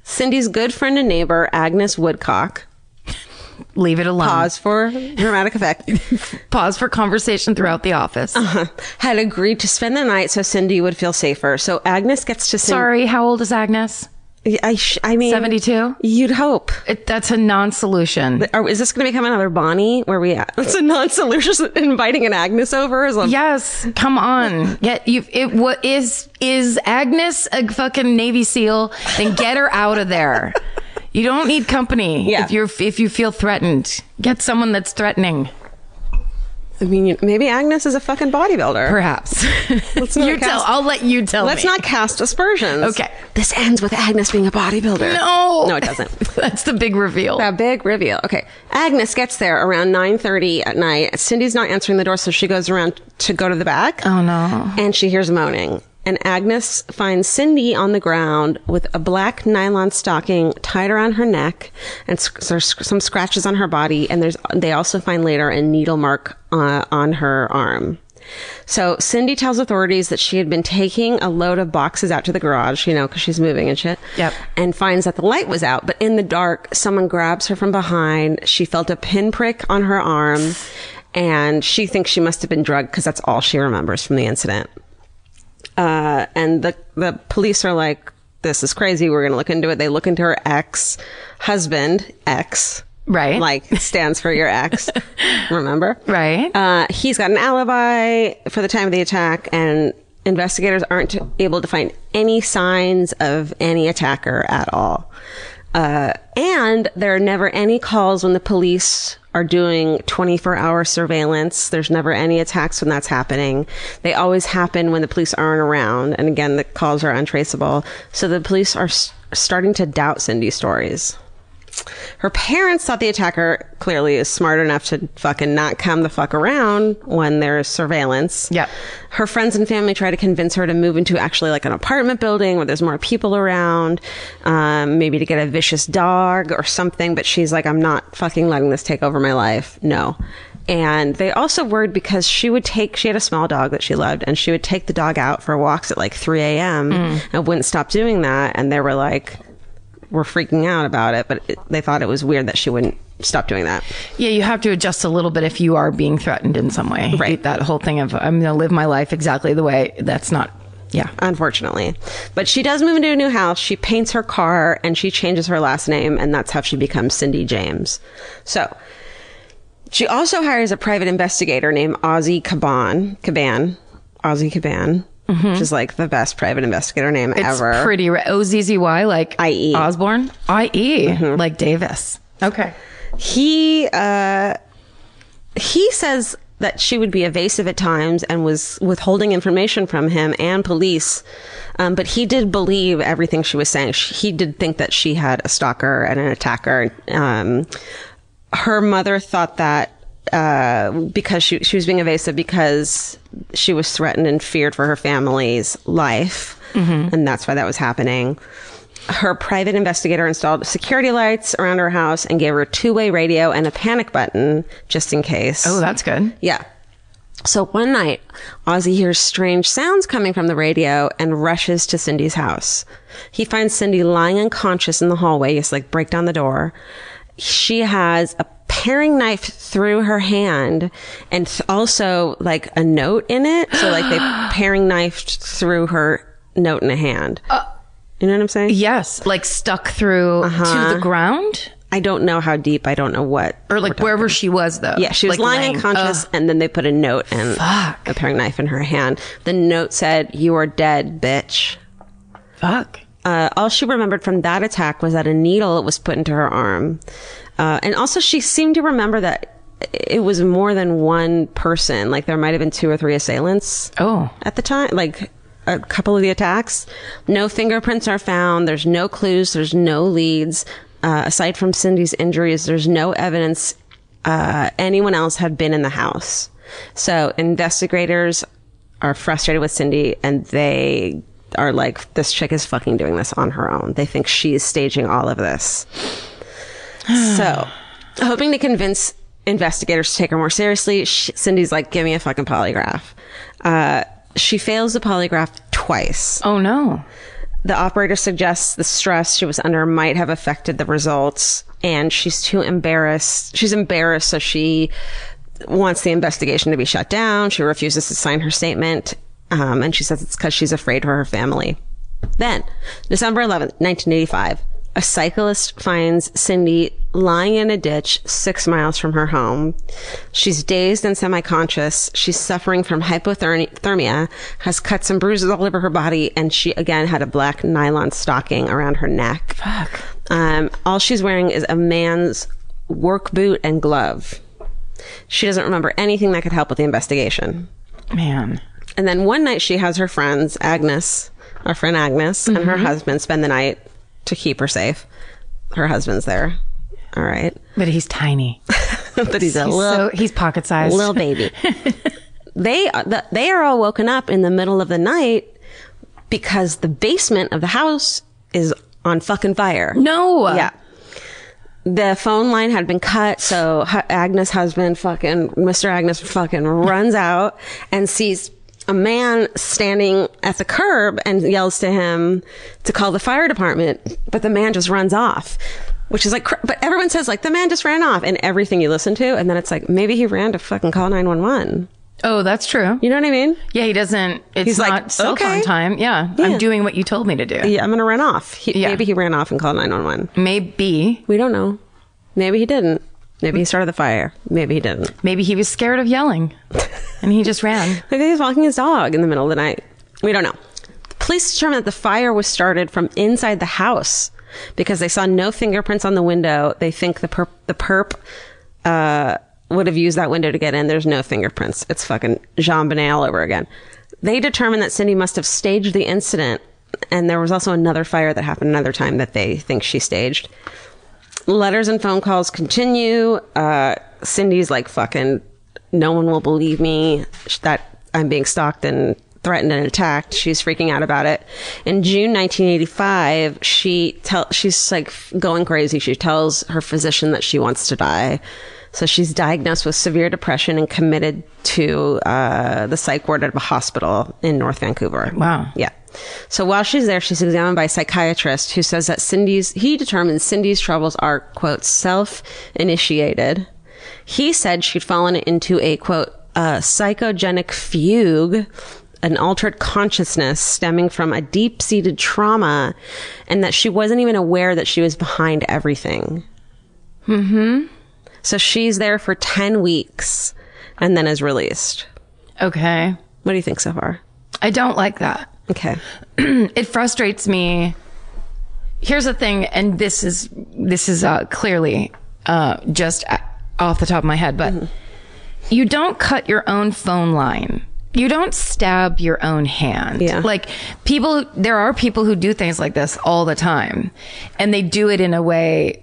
cindy's good friend and neighbor agnes woodcock
Leave it alone.
Pause for dramatic effect.
Pause for conversation throughout the office.
Had agreed to spend the night so Cindy would feel safer. So Agnes gets to Cindy.
Sorry, how old is Agnes?
I, sh- I mean,
72?
You'd hope.
It, that's a non solution.
Or is this going to become another Bonnie? Where we at? It's a non-solution. Inviting an Agnes over is a
Yes, come on. Get you. It what is is Agnes a fucking Navy SEAL? Then get her out of there. You don't need company.
Yeah.
If you're if you feel threatened, get someone that's threatening.
I mean, you- maybe Agnes is a fucking bodybuilder.
Perhaps.
Let's not
you tell.
cast-
I'll let you tell.
Let's
me.
not cast aspersions.
Okay.
This ends with Agnes being a bodybuilder.
No.
No, it doesn't.
That's the big reveal.
A big reveal. Okay. Agnes gets there around 9.30 at night. Cindy's not answering the door, so she goes around to go to the back.
Oh no.
And she hears moaning. And Agnes finds Cindy on the ground with a black nylon stocking tied around her neck and sc- so- some scratches on her body. And there's they also find later a needle mark uh, on her arm. So Cindy tells authorities that she had been taking a load of boxes out to the garage, you know, because she's moving and shit.
Yep.
And finds that the light was out, but in the dark, someone grabs her from behind. She felt a pinprick on her arm, and she thinks she must have been drugged because that's all she remembers from the incident. Uh, and the the police are like, "This is crazy. We're going to look into it." They look into her ex husband, ex.
Right.
Like stands for your ex. remember?
Right.
Uh, he's got an alibi for the time of the attack, and investigators aren't able to find any signs of any attacker at all. Uh, and there are never any calls when the police are doing 24 hour surveillance. There's never any attacks when that's happening. They always happen when the police aren't around. And again, the calls are untraceable. So the police are s- starting to doubt Cindy's stories. Her parents thought the attacker clearly is smart enough to fucking not come the fuck around when there's surveillance.
Yep.
Her friends and family try to convince her to move into actually like an apartment building where there's more people around, um, maybe to get a vicious dog or something. But she's like, I'm not fucking letting this take over my life. No. And they also worried because she would take, she had a small dog that she loved, and she would take the dog out for walks at like 3 a.m. and wouldn't stop doing that. And they were like, were freaking out about it, but it, they thought it was weird that she wouldn't stop doing that.
Yeah, you have to adjust a little bit if you are being threatened in some way.
Right.
That whole thing of I'm going to live my life exactly the way that's not. Yeah.
Unfortunately, but she does move into a new house. She paints her car and she changes her last name, and that's how she becomes Cindy James. So she also hires a private investigator named Ozzy Caban. Caban, Ozzy Caban, which is like the best private investigator name
It's
ever.
pretty ra- O Z Z Y like
IE.
Osborne I E. like Davis. Okay.
he uh, he says that she would be evasive at times and was withholding information from him and police. Um, but he did believe everything she was saying. She, he did think that she had a stalker and an attacker. Um, her mother thought that uh, because she she was being evasive because she was threatened and feared for her family's life, and that's why that was happening. Her private investigator installed security lights around her house and gave her a two-way radio and a panic button just in case.
Oh, that's good.
Yeah. So one night, Ozzy hears strange sounds coming from the radio and rushes to Cindy's house. He finds Cindy lying unconscious in the hallway. He's like, break down the door. She has a paring knife through her hand and th- also like a note in it. So like they paring knifed through her note in a hand.
Uh,
you know what I'm saying?
Yes, like stuck through to the ground
I don't know how deep. I don't know what.
or like wherever she was though.
Yeah, she was
Like,
lying, unconscious, and then they put a note and a paring knife in her hand. The note said, "You are dead, bitch."
Ugh, fuck.
Uh, all she remembered from that attack was that a needle was put into her arm, uh, and also she seemed to remember that it was more than one person. Like there might have been two or three assailants
Oh.
at the time, like a couple of the attacks. No fingerprints are found. There's no clues. There's no leads. Uh, aside from Cindy's injuries, there's no evidence uh, anyone else had been in the house. So investigators are frustrated with Cindy and they are like, this chick is fucking doing this on her own. They think she is staging all of this. so, hoping to convince investigators to take her more seriously, sh Cindy's like, give me a fucking polygraph. Uh, she fails the polygraph twice.
Oh no.
The operator suggests the stress she was under might have affected the results, and she's too embarrassed. She's embarrassed, so she wants the investigation to be shut down. She refuses to sign her statement, um, and she says it's because she's afraid for her family. Then, December 11th, 1985, a cyclist finds Cindy lying in a ditch six miles from her home. She's dazed and semi conscious. She's suffering from hypothermia, has cuts and bruises all over her body, and she again had a black nylon stocking around her neck. Fuck. Um, all she's wearing is a man's work boot and glove. She doesn't remember anything that could help with the investigation.
Man.
And then one night she has her friends, Agnes, our friend Agnes, and her husband spend the night to keep her safe. Her husband's there. All right.
But he's tiny.
but he's a
He's
little,
so he's pocket sized.
little baby. they, the, they are all woken up in the middle of the night because the basement of the house is on fucking fire.
No.
Yeah. The phone line had been cut, so Hu- Agnes' husband, fucking Mr. Agnes, fucking runs out and sees a man standing at the curb and yells to him to call the fire department, but the man just runs off. Which is like, cr- but everyone says like the man just ran off, and everything you listen to, and then it's like maybe he ran to fucking call nine one one.
Oh, that's true.
You know what I mean?
Yeah, he doesn't. It's
He's
not
like,
cell
okay.
phone time. Yeah, I'm doing what you told me to do.
Yeah, I'm gonna run off. He,
Yeah.
Maybe he ran off and called nine one one.
Maybe,
We don't know. Maybe he didn't. Maybe he started the fire. Maybe he didn't.
maybe he was scared of yelling, and he just ran.
Maybe he's walking his dog in the middle of the night. We don't know. Police determined that the fire was started from inside the house because they saw no fingerprints on the window. They think the perp, the perp uh, would have used that window to get in. There's no fingerprints. It's fucking Jean Bonnet all over again. They determined that Cindy must have staged the incident, and there was also another fire that happened another time that they think she staged letters and phone calls continue. Uh, Cindy's like, fucking, no one will believe me that I'm being stalked and threatened and attacked. She's freaking out about it. In June 1985, she tell she's like f- going crazy. She tells her physician that she wants to die. So she's diagnosed with severe depression and committed to uh, the psych ward at a hospital in North Vancouver.
Wow.
Yeah. So while she's there, she's examined by a psychiatrist who says that Cindy's, he determines Cindy's troubles are, quote, self initiated. He said she'd fallen into a, quote, uh, psychogenic fugue, an altered consciousness stemming from a deep seated trauma, and that she wasn't even aware that she was behind everything. So she's there for 10 weeks and then is released.
Okay,
What do you think so far?
I don't like that.
Okay.
it frustrates me. Here's the thing, and this is this is uh, clearly uh, just a- off the top of my head, but you don't cut your own phone line. You don't stab your own hand.
Yeah.
Like people, there are people who do things like this all the time, and they do it in a way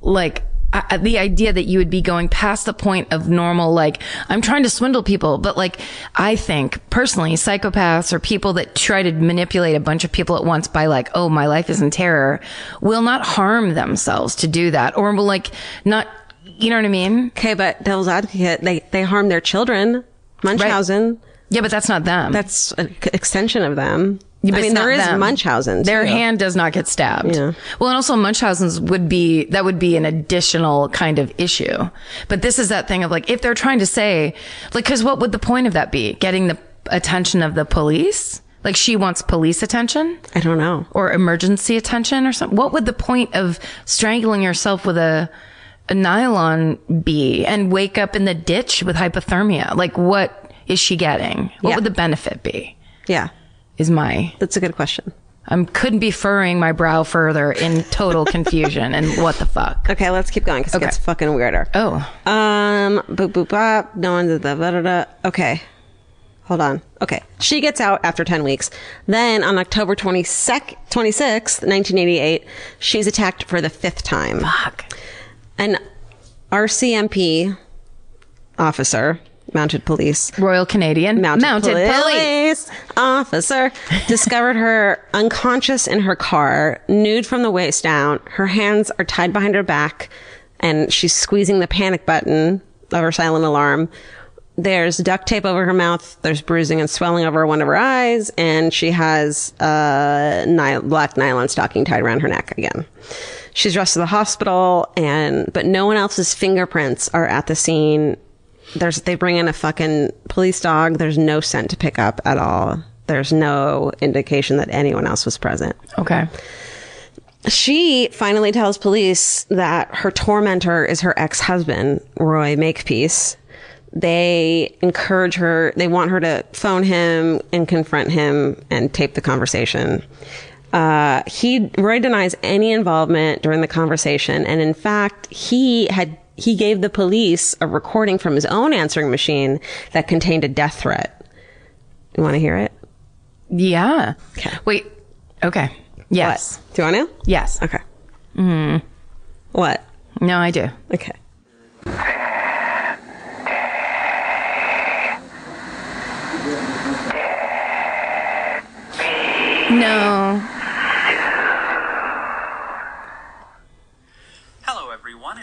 like I, I- the idea that you would be going past the point of normal, like I'm trying to swindle people, but like I think personally, psychopaths or people that try to manipulate a bunch of people at once by like, oh, my life is in terror, will not harm themselves to do that, or will like not, you know what I mean?
Okay, but devil's advocate, they they harm their children. Munchausen,
Yeah, but that's not them.
that's an extension of them.
Yeah, but
I mean,
it's
there
not
is
them.
Munchausen.
Their
too.
hand does not get stabbed.
Yeah.
Well, and also Munchausen's would be that would be an additional kind of issue. But this is that thing of like if they're trying to say like cuz what would the point of that be? Getting the attention of the police? Like she wants police attention
I don't know.
or emergency attention or something. What would the point of strangling yourself with a a nylon be and wake up in the ditch with hypothermia? Like what is she getting? What
Yeah.
would the benefit be?
Yeah,
Is my
that's a good question.
I'm couldn't be furrowing my brow further in total confusion and what the fuck.
Okay, let's keep going because
Okay.
it gets fucking weirder.
Oh,
Um, boop boop bop. No one did that. Da, da, da. Okay, hold on. Okay, she gets out after ten weeks. Then on October 22nd, 26th, nineteen eighty eight, she's attacked for the fifth time.
fuck.
An RCMP officer, mounted police,
Royal Canadian
mounted,
police.
police officer discovered her unconscious in her car, nude from the waist down. Her hands are tied behind her back, and she's squeezing the panic button of her silent alarm. There's duct tape over her mouth. There's bruising and swelling over one of her eyes, and she has a ni- black nylon stocking tied around her neck again. She's rushed to the hospital, and but no one else's fingerprints are at the scene. There's they bring in a fucking police dog. There's no scent to pick up at all. There's no indication that anyone else was present.
Okay.
She finally tells police that her tormentor is her ex husband, Roy Makepeace. They encourage her, they want her to phone him and confront him and tape the conversation. Uh, he Roy denies any involvement during the conversation, and in fact, he had he gave the police a recording from his own answering machine that contained a death threat. You want to hear it?
Yeah. Wait. Okay. Yes.
What? Do you want to?
Yes.
Okay. What?
No, I do.
Okay.
No.
Hello, everyone.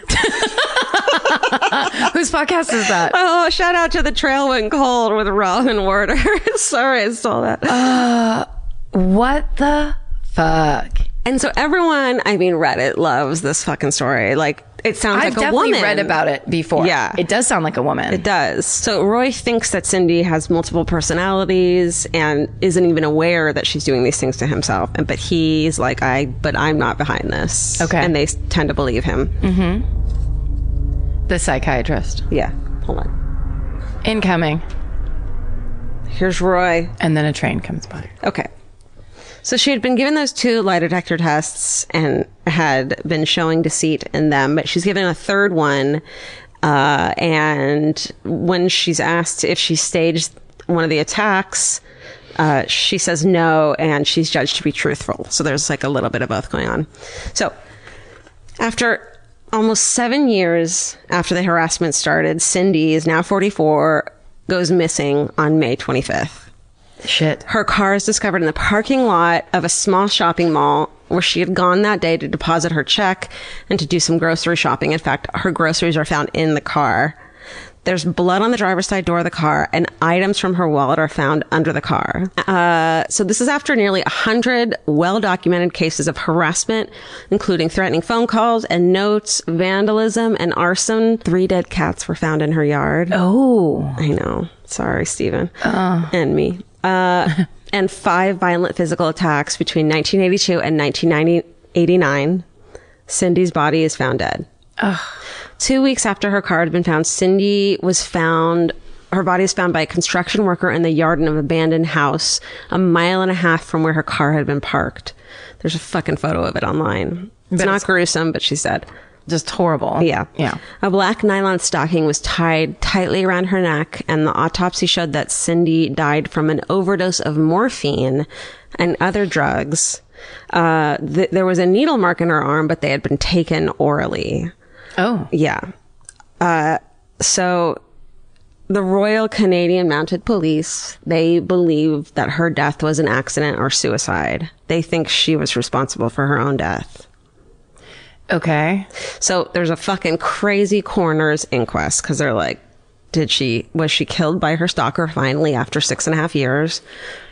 Whose podcast is that?
Oh, shout out to the trail went cold with Robin Warder. Sorry, I stole that.
What the fuck?
and so everyone, I mean, Reddit loves this fucking story. Like it sounds
I've
like a
definitely
woman.
read about it before.
Yeah.
It does sound like a woman.
It does. So Roy thinks that Cindy has multiple personalities and isn't even aware that she's doing these things to himself. And but he's like, I, but I'm not behind this.
Okay. Mm.
And they s- tend to believe him.
The psychiatrist.
Yeah. Hold on.
Incoming.
Here's Roy.
And then a train comes by.
Okay. So she had been given those two lie detector tests and had been showing deceit in them, but she's given a third one. Uh, and when she's asked if she staged one of the attacks, uh, she says no, and she's judged to be truthful. So there's like a little bit of both going on. So after almost seven years after the harassment started, Cindy is now 44, goes missing on May 25th.
Shit.
Her car is discovered in the parking lot of a small shopping mall where she had gone that day to deposit her check and to do some grocery shopping. In fact, her groceries are found in the car. There's blood on the driver's side door of the car, and items from her wallet are found under the car. Uh, so this is after nearly 100 well-documented cases of harassment, including threatening phone calls and notes, vandalism, and arson. Three dead cats were found in her yard.
Oh.
I know. Sorry, Stephen. And me. Uh, and five violent physical attacks between 1982 and 1989. Cindy's body is found dead. Two weeks after her car had been found, Cindy was found. Her body was found by a construction worker in the yard in an abandoned house a mile and a half from where her car had been parked. There's a fucking photo of it online. It's not gruesome, but she's dead.
Just horrible.
Yeah.
Yeah.
A black nylon stocking was tied tightly around her neck, and the autopsy showed that Cindy died from an overdose of morphine and other drugs. Uh, th- there was a needle mark in her arm, but they had been taken orally.
Oh.
Yeah. Uh, so the Royal Canadian Mounted Police, they believe that her death was an accident or suicide. They think she was responsible for her own death.
Okay.
So there's a fucking crazy coroner's inquest because they're like, did she was she killed by her stalker finally after six and a half years,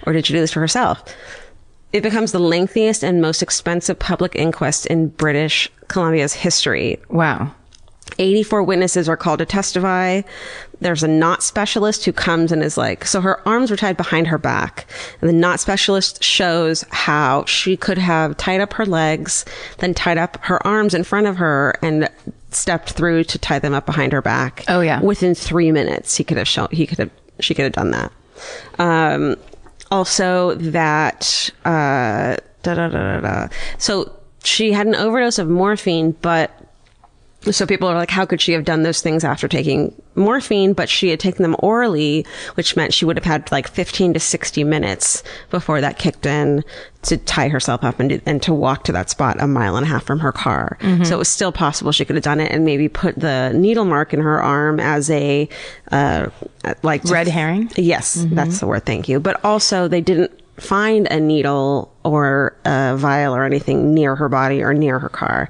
or did she do this to herself? It becomes the lengthiest and most expensive public inquest in British Columbia's history.
Wow.
84 witnesses are called to testify. There's a knot specialist who comes and is like, so her arms were tied behind her back. And the knot specialist shows how she could have tied up her legs, then tied up her arms in front of her and stepped through to tie them up behind her back.
Oh, yeah.
Within three minutes, he could have shown, he could have, she could have done that. Um, also that, uh, da, da, da, da, da. so she had an overdose of morphine, but so people are like, how could she have done those things after taking morphine? But she had taken them orally, which meant she would have had like 15 to 60 minutes before that kicked in to tie herself up and, and to walk to that spot a mile and a half from her car.
Mm-hmm.
So it was still possible she could have done it and maybe put the needle mark in her arm as a, uh, like to-
Red herring? Mm-hmm.
Yes, that's the word. Thank you. But also, they didn't find a needle or a vial or anything near her body or near her car.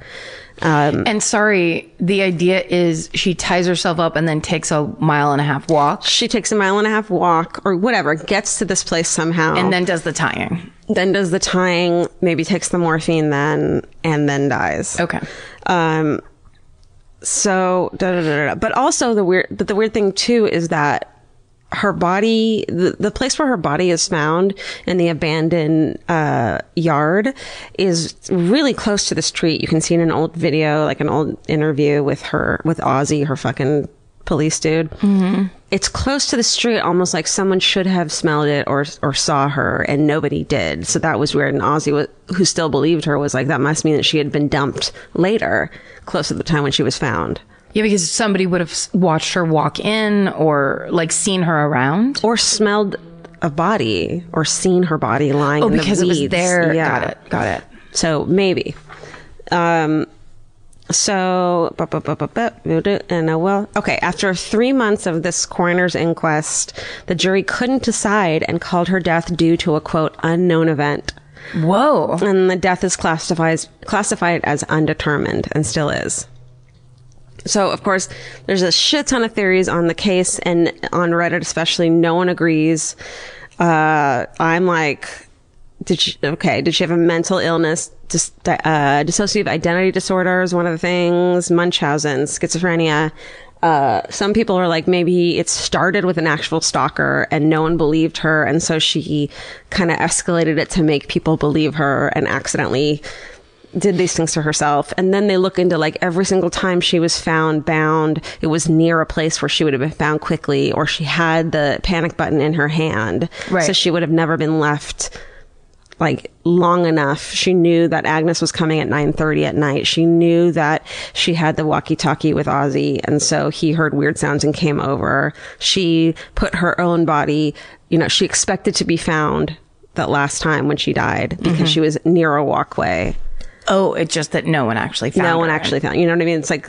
and sorry, the idea is she ties herself up and then takes a mile and a half walk
She takes a mile and a half walk or whatever, gets to this place somehow,
and then does the tying.
then does the tying, maybe takes the morphine then, and then dies.
Okay.
Um, so da, da, da, da, da. but also the weird, but the weird thing too is that her body, the, the place where her body is found in the abandoned uh, yard, is really close to the street. You can see in an old video, like an old interview with her with Ozzy, her fucking police dude.
Mm-hmm.
It's close to the street, almost like someone should have smelled it or or saw her, and nobody did. So that was weird. And Ozzy, wa who still believed her, was like, that must mean that she had been dumped later, close to the time when she was found,
Yeah, because somebody would have s- watched her walk in or like seen her around.
or smelled a body, or seen her body lying.
Oh,
in
because
the
it
weeds.
was there.
Yeah.
Got it. Got it.
So maybe. Um, so, bu- bu- bu- bu- bu- bu- du- and uh, well, okay. After three months of this coroner's inquest, the jury couldn't decide and called her death due to a quote unknown event.
Whoa.
And the death is classifies classified as undetermined and still is. So, of course, there's a shit ton of theories on the case, and on Reddit especially, no one agrees. Uh, I'm like, did she, okay, did she have a mental illness? Dis, uh, dissociative identity disorder is one of the things, Munchausen, schizophrenia. Uh, some people are like, maybe it started with an actual stalker and no one believed her. And so she kind of escalated it to make people believe her and accidentally did these things to herself. And then they look into like every single time she was found bound, it was near a place where she would have been found quickly, or she had the panic button in her hand.
Right.
So she would have never been left like long enough. She knew that Agnes was coming at 9:30 at night. She knew that she had the walkie-talkie with Ozzy and so he heard weird sounds and came over. She put her own body, you know, she expected to be found that last time when she died because she was near a walkway.
Oh, it's just that no one actually found
No one
her.
actually found. You know what I mean? It's like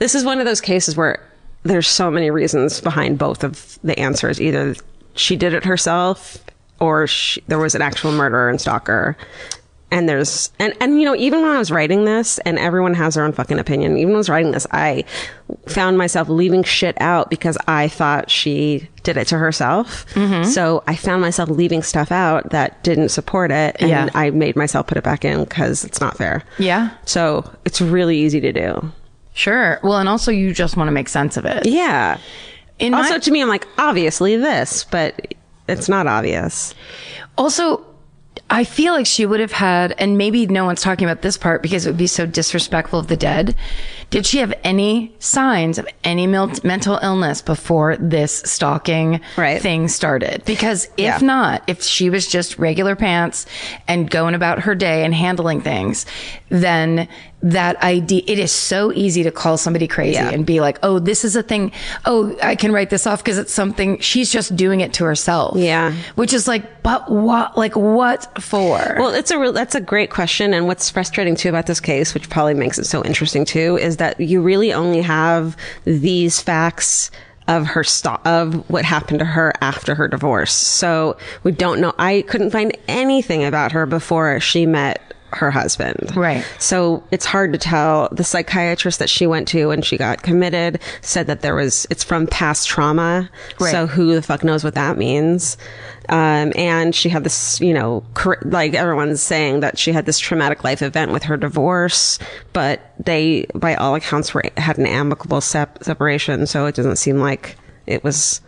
this is one of those cases where there's so many reasons behind both of the answers. Either she did it herself, or she, there was an actual murderer and stalker. And there's and and you know even when I was writing this, and everyone has their own fucking opinion. Even when I was writing this, I found myself leaving shit out because I thought she did it to herself. So I found myself leaving stuff out that didn't support it, and
Yeah.
I made myself put it back in because it's not fair.
Yeah.
So it's really easy to do.
Sure. Well, and also you just want to make sense of it.
Yeah.
In
also,
my-
to me, I'm like, obviously this, but it's not obvious.
Also, I feel like she would have had, and maybe no one's talking about this part because it would be so disrespectful of the dead. Did she have any signs of any mil- mental illness before this stalking
Right.
thing started? Because if
Yeah.
not, if she was just regular pants and going about her day and handling things, then that idea, it is so easy to call somebody crazy
Yeah.
and be like, oh, this is a thing. Oh, I can write this off because it's something she's just doing it to herself.
Yeah.
Which is like, but what, like, what for?
Well, it's a real, that's a great question. And what's frustrating too about this case, which probably makes it so interesting too, is that you really only have these facts of her sto- of what happened to her after her divorce. So we don't know. I couldn't find anything about her before she met her husband.
Right.
So it's hard to tell. The psychiatrist that she went to when she got committed said that there was, it's from past trauma.
Right.
So who the fuck knows what that means? Um, and she had this, you know, cor- like everyone's saying that she had this traumatic life event with her divorce, but they, by all accounts, were, had an amicable sep- separation. So it doesn't seem like it was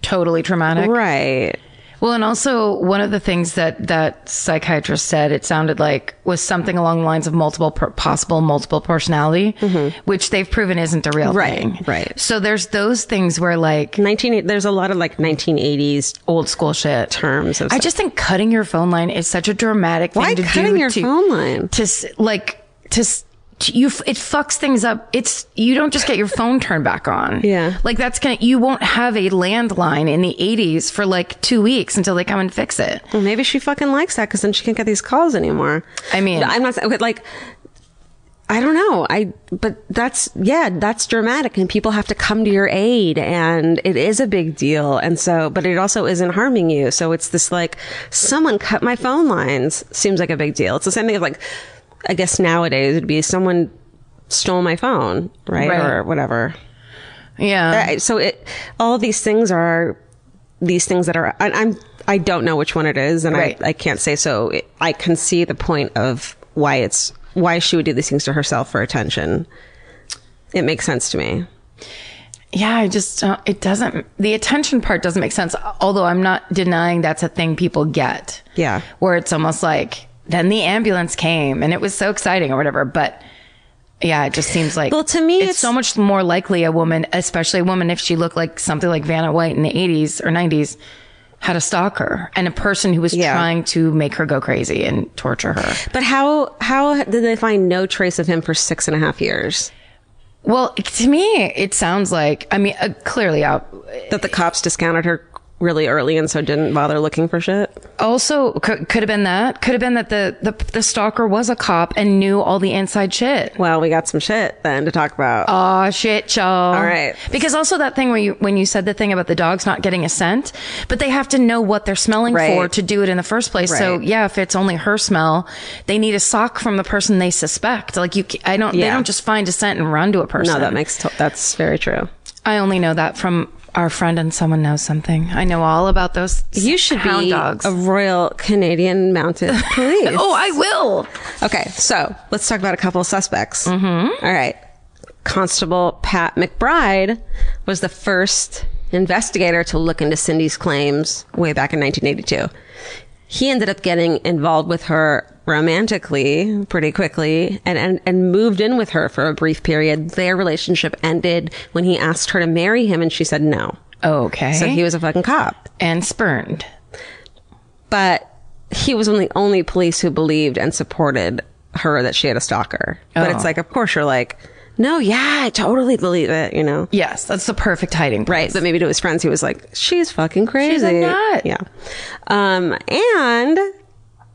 totally traumatic.
right.
Well, and also one of the things that that psychiatrist said it sounded like was something along the lines of multiple per- possible multiple personality, which they've proven isn't a real
Right,
thing.
right.
So there's those things where like
19, there's a lot of like 1980s
old school shit.
terms of
I just think cutting your phone line is such a dramatic thing
Why
to
cutting
do
your
to,
phone line?
to s- like to s- to- you f- it fucks things up it's you don't just get your phone turned back on
Yeah.
like that's gonna you won't have a landline in the 80s for like two weeks until they come and fix it
Well, maybe she fucking likes that because then she can't get these calls anymore.
I mean-
I'm not okay, like, I don't know. I, but that's, yeah, that's dramatic and people have to come to your aid and it is a big deal. And so, but it also isn't harming you. So it's this like, someone cut my phone lines seems like a big deal. It's the same thing as like, I guess nowadays it'd be someone stole my phone, right?
Right.
Or whatever.
Yeah.
I- so it all these things are these things that are I, I'm I don't know which one it is and
Right.
I, I can't say so it, I can see the point of why it's why she would do these things to herself for attention it makes sense to me
Yeah, I just don't, it doesn't the attention part doesn't make sense. Although I'm not denying that's a thing people get.
Yeah.
Where it's almost like then the ambulance came and it was so exciting or whatever, but yeah, it just seems like
Well, to me,
it's,
it's-
so much more likely a woman, especially a woman if she looked like something like Vanna White in the 80s or 90s had a stalker and a person who was
Yeah.
trying to make her go crazy and torture her.
but how how did they find no trace of him for six and a half years
Well, to me, it sounds like I mean, uh, clearly out
that the cops discounted her really early and so didn't bother looking for shit
also could, could have been that could have been that the, the the stalker was a cop and knew all the inside shit
well we got some shit then to talk about
oh shit y'all all
right.
because also that thing where you when you said the thing about the dogs not getting a scent but they have to know what they're smelling
Right.
for to do it in the first place so
Right.
yeah if it's only her smell they need a sock from the person they suspect like you ca- i don't they
Yeah.
don't just find a scent and run to a person
no that makes to- that's very true
i only know that from our friend and someone knows something i know all about those
you should
hound
be
dogs
a royal canadian mounted police
oh i will
Okay, so let's talk about a couple of suspects. Mm-hmm. right. Constable Pat McBride was the first investigator to look into Cindy's claims way back in 1982. He ended up getting involved with her romantically pretty quickly and, and, and moved in with her for a brief period. Their relationship ended when he asked her to marry him and she said no.
okay
So he was a fucking cop
and spurned
but he was one of the only police who believed and supported her that she had a stalker. But
Oh.
it's like, of course, you're like, no, yeah, I totally believe it, you know?
Yes, that's the perfect hiding place.
Right. But maybe to his friends, he was like, she's fucking crazy.
nut.
Yeah. Um, and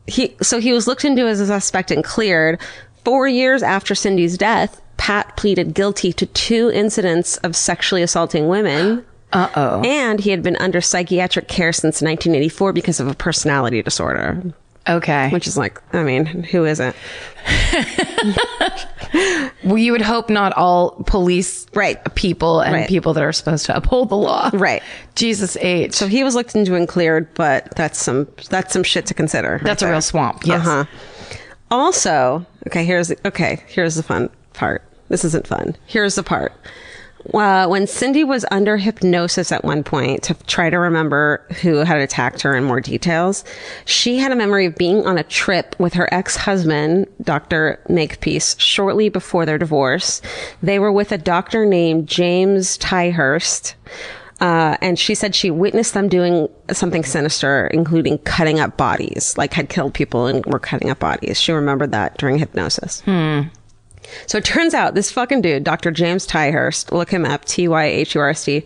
he, so he was looked into as a suspect and cleared. Four years after Cindy's death, Pat pleaded guilty to two incidents of sexually assaulting women.
Uh oh.
And he had been under psychiatric care since 1984 because of a personality disorder.
Okay.
Which is like, I mean, who isn't?
well, you would hope not all police
Right.
people and
Right.
people that are supposed to uphold the law.
Right.
Jesus H.
So he was looked into and cleared, but that's some that's some shit to consider. right
that's a
there.
real swamp. Yes.
Uh-huh. Also, okay, here's the, okay, here's the fun part. This isn't fun. Here's the part. Uh, when Cindy was under hypnosis at one point to try to remember who had attacked her in more details, she had a memory of being on a trip with her ex-husband, Dr. Makepeace, shortly before their divorce. They were with a doctor named James Tyhurst. Uh, and she said she witnessed them doing something sinister, including cutting up bodies, like had killed people and were cutting up bodies. She remembered that during hypnosis. So it turns out this fucking dude, Dr. James Tyhurst, look him up, T Y H U R S T,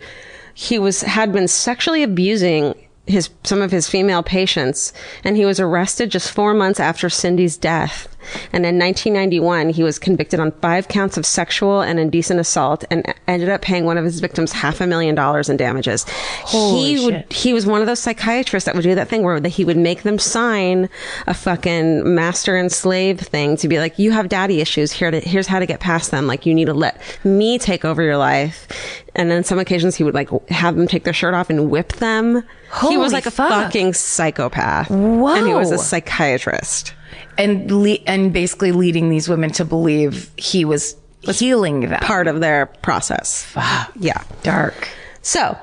he was had been sexually abusing his some of his female patients, and he was arrested just four months after Cindy's death. And in 1991, he was convicted on five counts of sexual and indecent assault, and ended up paying one of his victims half a million dollars in damages. he would he was one of those psychiatrists that would do that thing where he would make them sign a fucking master and slave thing to be like, you have daddy issues. Here, to, here's how to get past them. Like, you need to let me take over your life. And then some occasions he would like have them take their shirt off and whip them. he
Holy
was like
fuck.
a fucking psychopath. And he was a psychiatrist.
And le- and basically leading these women to believe he was healing them.
Part of their process. Yeah.
Dark.
So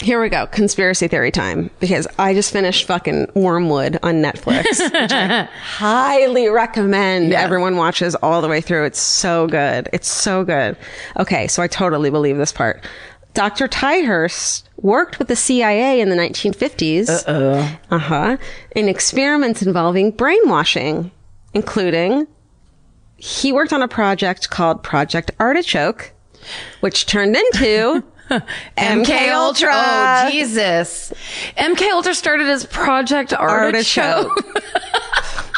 here we go. Conspiracy theory time because I just finished fucking Wormwood on Netflix. which I highly recommend everyone watches all the way through. It's so good. It's so good. Okay. So I totally believe this part. Dr. Tyhurst worked with the CIA in the 1950s. Uh-oh. Uh-huh. In experiments involving brainwashing, including he worked on a project called Project Artichoke, which turned into MK Ultra.
Oh Jesus. MK Ultra started as Project Artichoke.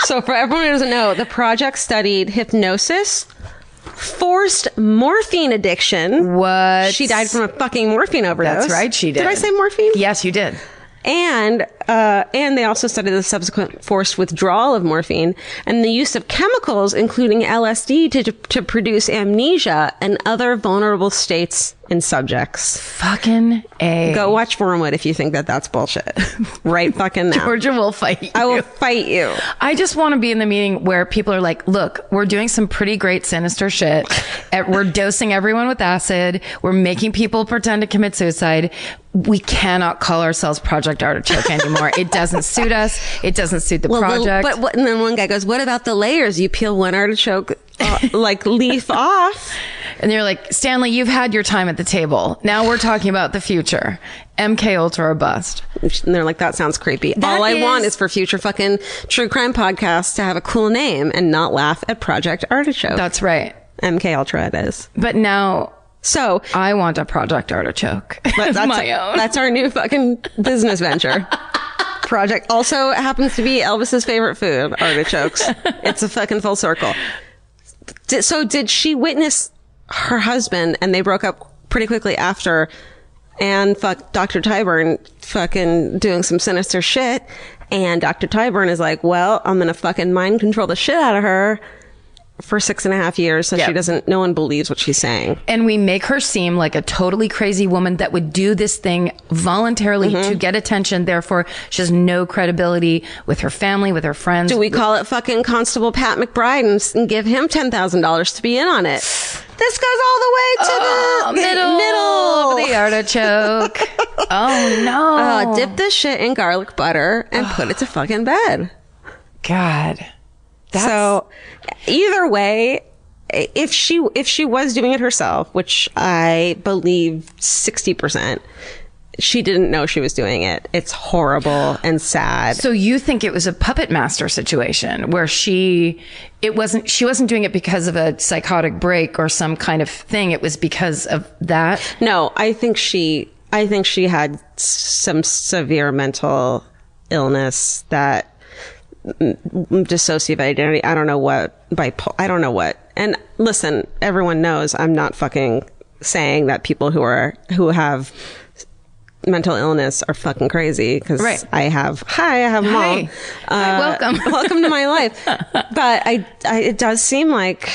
so for everyone who doesn't know, the project studied hypnosis, forced morphine addiction.
What?
She died from a fucking morphine overdose.
right, she did.
Did I say morphine?
Yes, you did.
And Uh, and they also studied the subsequent forced withdrawal of morphine and the use of chemicals, including LSD, to, to produce amnesia and other vulnerable states in subjects.
Fucking A.
Go watch Wormwood if you think that that's bullshit. right fucking now.
Georgia will fight.
I will fight you.
I just want to be in the meeting where people are like, look, we're doing some pretty great sinister shit. Eh, We're dosing everyone with acid. We're making people pretend to commit suicide. We cannot call ourselves Project Artichoke anymore. it doesn't suit us. It doesn't suit the
Well, the-
project.
but what, and then one guy goes, "What about the layers? You peel one artichoke uh, like leaf off."
and they're like, Stanley, you've had your time at the table. Now we're talking about the future. MK Ultra or bust.
And they're like, "That sounds creepy."
That
All I want
is-
is for future fucking true crime podcasts to have a cool name and not laugh at Project Artichoke.
That's right.
MK Ultra it is.
But now
So
I want a Project Artichoke.
but that's
my own.
that's our new fucking business venture. Project also happens to be Elvis's favorite food, artichokes. it's a fucking full circle. Di- so did she witness her husband and they broke up pretty quickly after and fuck Dr. Tyburn fucking doing some sinister shit and Dr. Tyburn is like, well, I'm gonna fucking mind control the shit out of her for six and a half years so she
Yep.
doesn't no one believes what she's saying.
and we make her seem like a totally crazy woman that would do this thing voluntarily
Mm-hmm.
to get attention. Therefore, she has no credibility with her family, with her friends.
Do we call it fucking Constable Pat McBride and, s- and give him ten thousand dollars to be in on it? This goes all the way to the
Uh, Oh, middle,
middle.
of the artichoke? oh no!
Uh, dip this shit in garlic butter and put it to fucking bed.
God, that's
so either way, i- if she if she was doing it herself, which I believe sixty percent, she didn't know she was doing it. It's horrible and sad.
So you think it was a puppet master situation where she it wasn't she wasn't doing it because of a psychotic break or some kind of thing it was because of that
No, I think she I think she had s- some severe mental illness that mm, dissociative identity. I don't know what bipolar. I don't know what. And listen, everyone knows I'm not fucking saying that people who are who have mental illness are fucking crazy because
Right.
I have hi I have them all.
Hi. Hi, welcome.
Uh, welcome to my life. But I, I it does seem like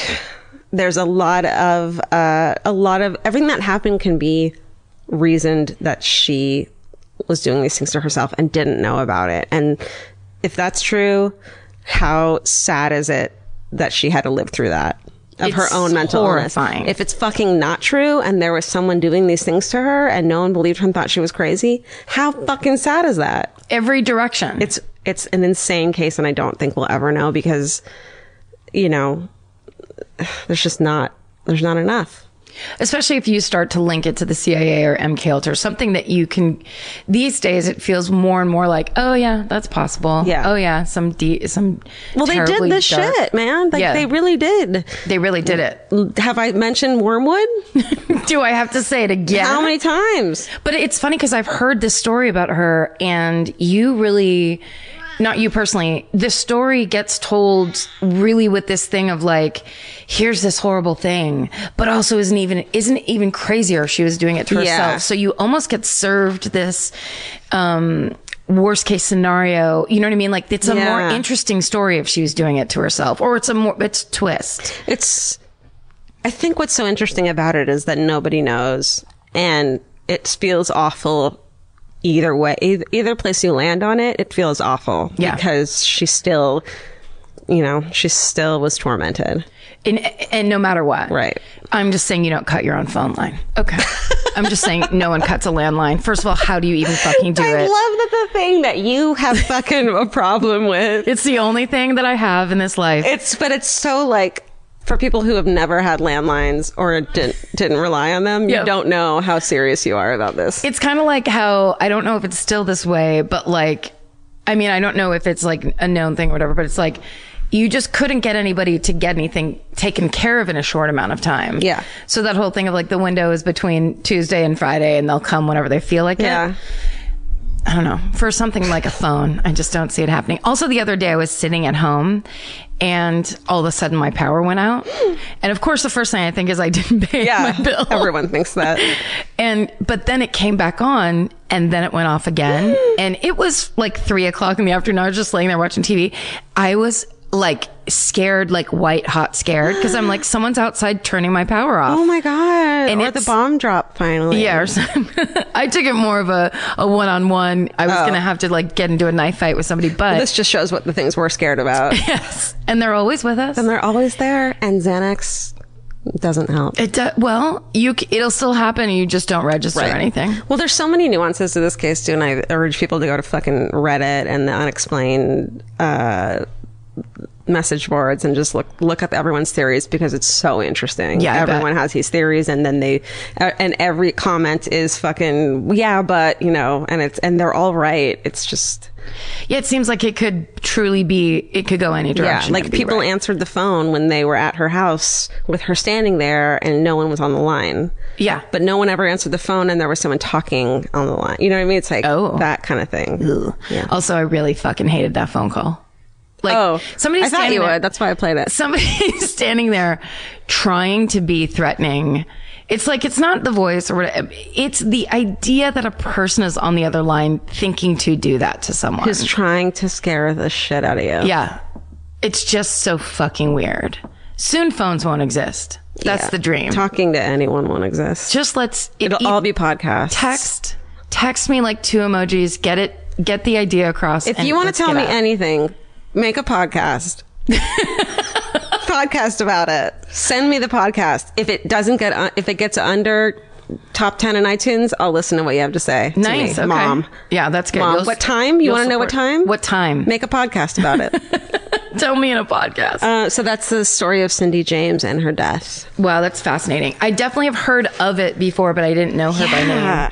there's a lot of uh, a lot of everything that happened can be reasoned that she was doing these things to herself and didn't know about it. And if that's true, how sad is it that she had to live through that? Of her
It's
own mental
horrifying.
illness. If it's fucking not true and there was someone doing these things to her and no one believed her and thought she was crazy, how fucking sad is that?
every direction.
it's it's an insane case and I don't think we'll ever know because you know there's just not there's not enough.
especially if you start to link it to the CIA or MKUltra, something that you can. These days, it feels more and more like, oh yeah, that's possible.
Yeah.
Oh yeah, some de- some.
Well, they did
terribly
this
dark-
shit, man. Like
Yeah.
they really did.
They really did it.
Have I mentioned Wormwood?
Do I have to say it again?
How many times?
But it's funny because I've heard this story about her, and you really, not you personally, the story gets told really with this thing of like, here's this horrible thing, but also isn't even isn't even crazier if she was doing it to herself.
Yeah.
So you almost get served this. um Worst case scenario, you know what I mean? Like it's a more
Yeah.
interesting story if she was doing it to herself, or it's a more it's a twist.
It's I think what's so interesting about it is that nobody knows and it feels awful either way. Either, either place you land on it, it feels awful
Yeah.
because she still you know, she still was tormented.
and and no matter what
Right.
i'm just saying you don't cut your own phone line okay i'm just saying no one cuts a landline first of all how do you even fucking do
I
it
love that the thing that you have fucking a problem with.
it's the only thing that i have in this life
It's but it's so like for people who have never had landlines or didn't didn't rely on them,
Yeah.
you don't know how serious you are about this.
it's kind of like how i don't know if it's still this way but like i mean i don't know if it's like a known thing or whatever but it's like you just couldn't get anybody to get anything taken care of in a short amount of time.
Yeah.
So that whole thing of like the window is between Tuesday and Friday and they'll come whenever they feel like it.
yeah.
I don't know, for something like a phone. I just don't see it happening. Also, the other day I was sitting at home and all of a sudden my power went out. And of course, the first thing I think is I didn't pay
Yeah.
my bill.
Oh Everyone thinks that.
And, but then it came back on and then it went off again. and it was like three o'clock in the afternoon. I was just laying there watching TV. I was like scared, like white hot scared, because I'm like, someone's outside turning my power off.
Oh my god! And or the
it's-
bomb drop finally.
Yeah, or some- I took it more of a a one on one. I was
Oh.
gonna have to like get into a knife fight with somebody, but
This just shows what the things we're scared about.
yes, and they're always with us.
And they're always there, and Xanax doesn't help.
It do- well, you c- it'll still happen. You just don't register
Right.
anything.
Well, there's so many nuances to this case too, and I urge people to go to fucking Reddit and the unexplained uh, message boards and just look look up everyone's theories because it's so interesting.
Yeah, I bet.
everyone has these theories, and then they uh, and every comment is fucking yeah, but you know, and it's and they're all right. It's just
Yeah, it seems like it could truly be. It could go any
yeah,
direction.
like
and be
people
right.
answered the phone when they were at her house with her standing there, and no one was on the line.
yeah,
But no one ever answered the phone, and there was someone talking on the line. You know what I mean? It's like
Oh.
that kind of thing.
Also, I really fucking hated that phone call. Like
Oh,
somebody
I thought
standing
you
there-
would. That's why I played it.
somebody standing there trying to be threatening. It's like it's not the voice or whatever. It's the idea that a person is on the other line thinking to do that to someone.
Who's trying to scare the shit out of you?
yeah. It's just so fucking weird. Soon phones won't exist. That's the dream.
Talking to anyone won't exist.
just let's it,
It'll
e-
all be podcasts.
text text me like two emojis, get it get the idea across.
If you want to tell me anything, make a podcast. podcast about it. Send me the podcast. If it doesn't get un- if it gets under top 10 in iTunes, I'll listen to what you have to say. to
Nice,
me,
okay.
mom.
Yeah, that's good.
Mom,
You'll-
what time? You
you'll
want to know what
support-
time?
What time?
Make a podcast about it.
tell me in a podcast.
uh, so that's the story of Cindy James and her death.
Wow, that's fascinating. I definitely have heard of it before, but I didn't know her by name.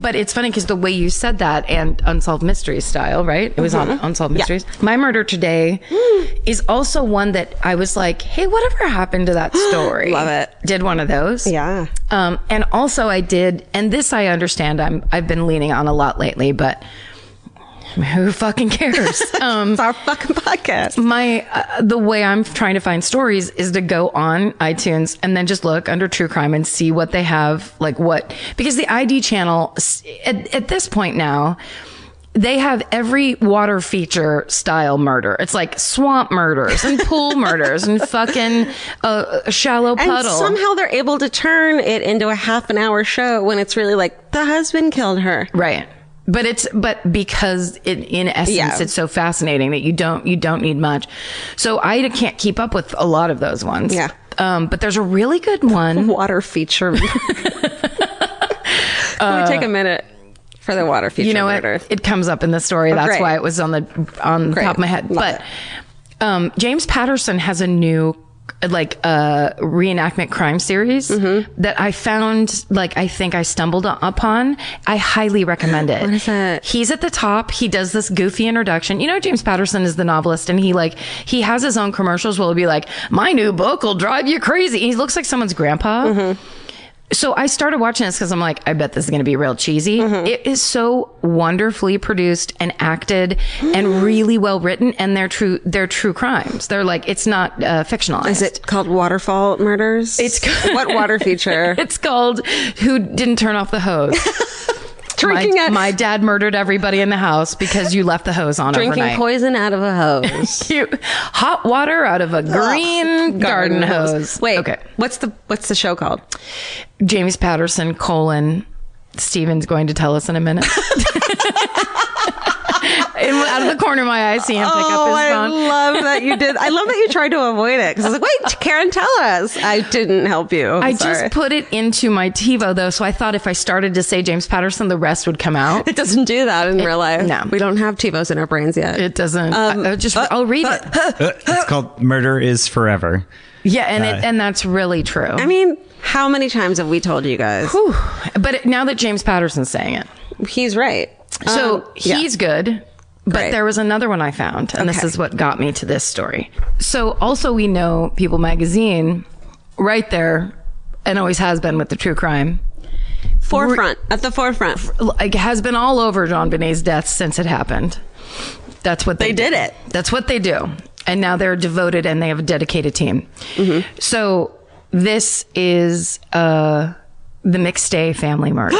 But it's funny because the way you said that and Unsolved Mysteries style, right? It was on
Mm-hmm.
Unsolved Mysteries. My murder today
Mm.
is also one that I was like, hey, whatever happened to that story?
Love it.
Did one of those.
Yeah.
Um, and also I did, and this I understand I'm, I've been leaning on a lot lately, but who fucking cares? Um,
It's our fucking podcast.
my uh, the way I'm trying to find stories is to go on iTunes and then just look under true crime and see what they have like what because the ID channel s- at, at this point now they have every water feature style murder. It's like swamp murders and pool murders and fucking uh, shallow
And
puddle.
somehow they're able to turn it into a half an hour show when it's really like the husband killed her.
Right. But it's but because it, in essence
Yeah.
it's so fascinating that you don't you don't need much. So I can't keep up with a lot of those ones.
Yeah.
Um, but there's a really good one.
Water feature. Can we take a minute for the water feature
Uh, You know
murder?
what? It comes up in the story. That's
great.
why it was on the on the
Great.
top of my head.
Love
but um, James Patterson has a new like uh, reenactment crime series
Mm-hmm.
that I found like I think I stumbled upon. I highly recommend it. What is
it?
He's at the top. He does this goofy introduction. You know, James Patterson is the novelist, and he like he has his
Mm-hmm.
own commercials. Will be like, my new book will drive you crazy. He looks like someone's grandpa. So I started watching this because I'm like, I bet this is going to be real cheesy.
Mm-hmm.
It is so wonderfully produced and acted and really well written, and they're true. They're true crimes. They're like it's not uh, fictionalized.
Is it called Waterfall Murders? It's what water feature?
It's called "Who Didn't Turn Off the Hose." my,
drinking out,
my dad murdered everybody in the house because you left the hose on
drinking
overnight.
poison out of a hose.
You- hot water out of a green garden, hose.
Wait,
okay.
What's the what's the show called?
James Patterson colon Steven's going to tell us in a minute. and out of the corner of my eye, I see him pick up his
Oh, I
phone.
love that you did. I love that you tried to avoid it because I was like, wait, Karen, tell us. I didn't help you. i
I just put it into my TiVo though, so I thought if I started to say James Patterson, the rest would come out.
It doesn't do that in real life.
no.
we don't have TiVos in our brains yet.
It doesn't.
Um,
I, I
uh,
just I'll read it.
Uh, it's called Murder is Forever.
Yeah, and it, and that's really true.
I mean, how many times have we told you guys?
Whew. but it, now that James Patterson's saying it,
He's right.
So
Um, yeah.
he's good. But
Great.
there was another one I found, and this
Okay.
is what got me to this story. So also we know People Magazine, right there, and always has been with the true crime,
forefront at the forefront.
like has been all over John Benet's death since it happened. That's what they,
They did
do.
it.
That's what they do, and now they're devoted and they have a dedicated team.
Mm-hmm.
So this is uh, the McStay family murder.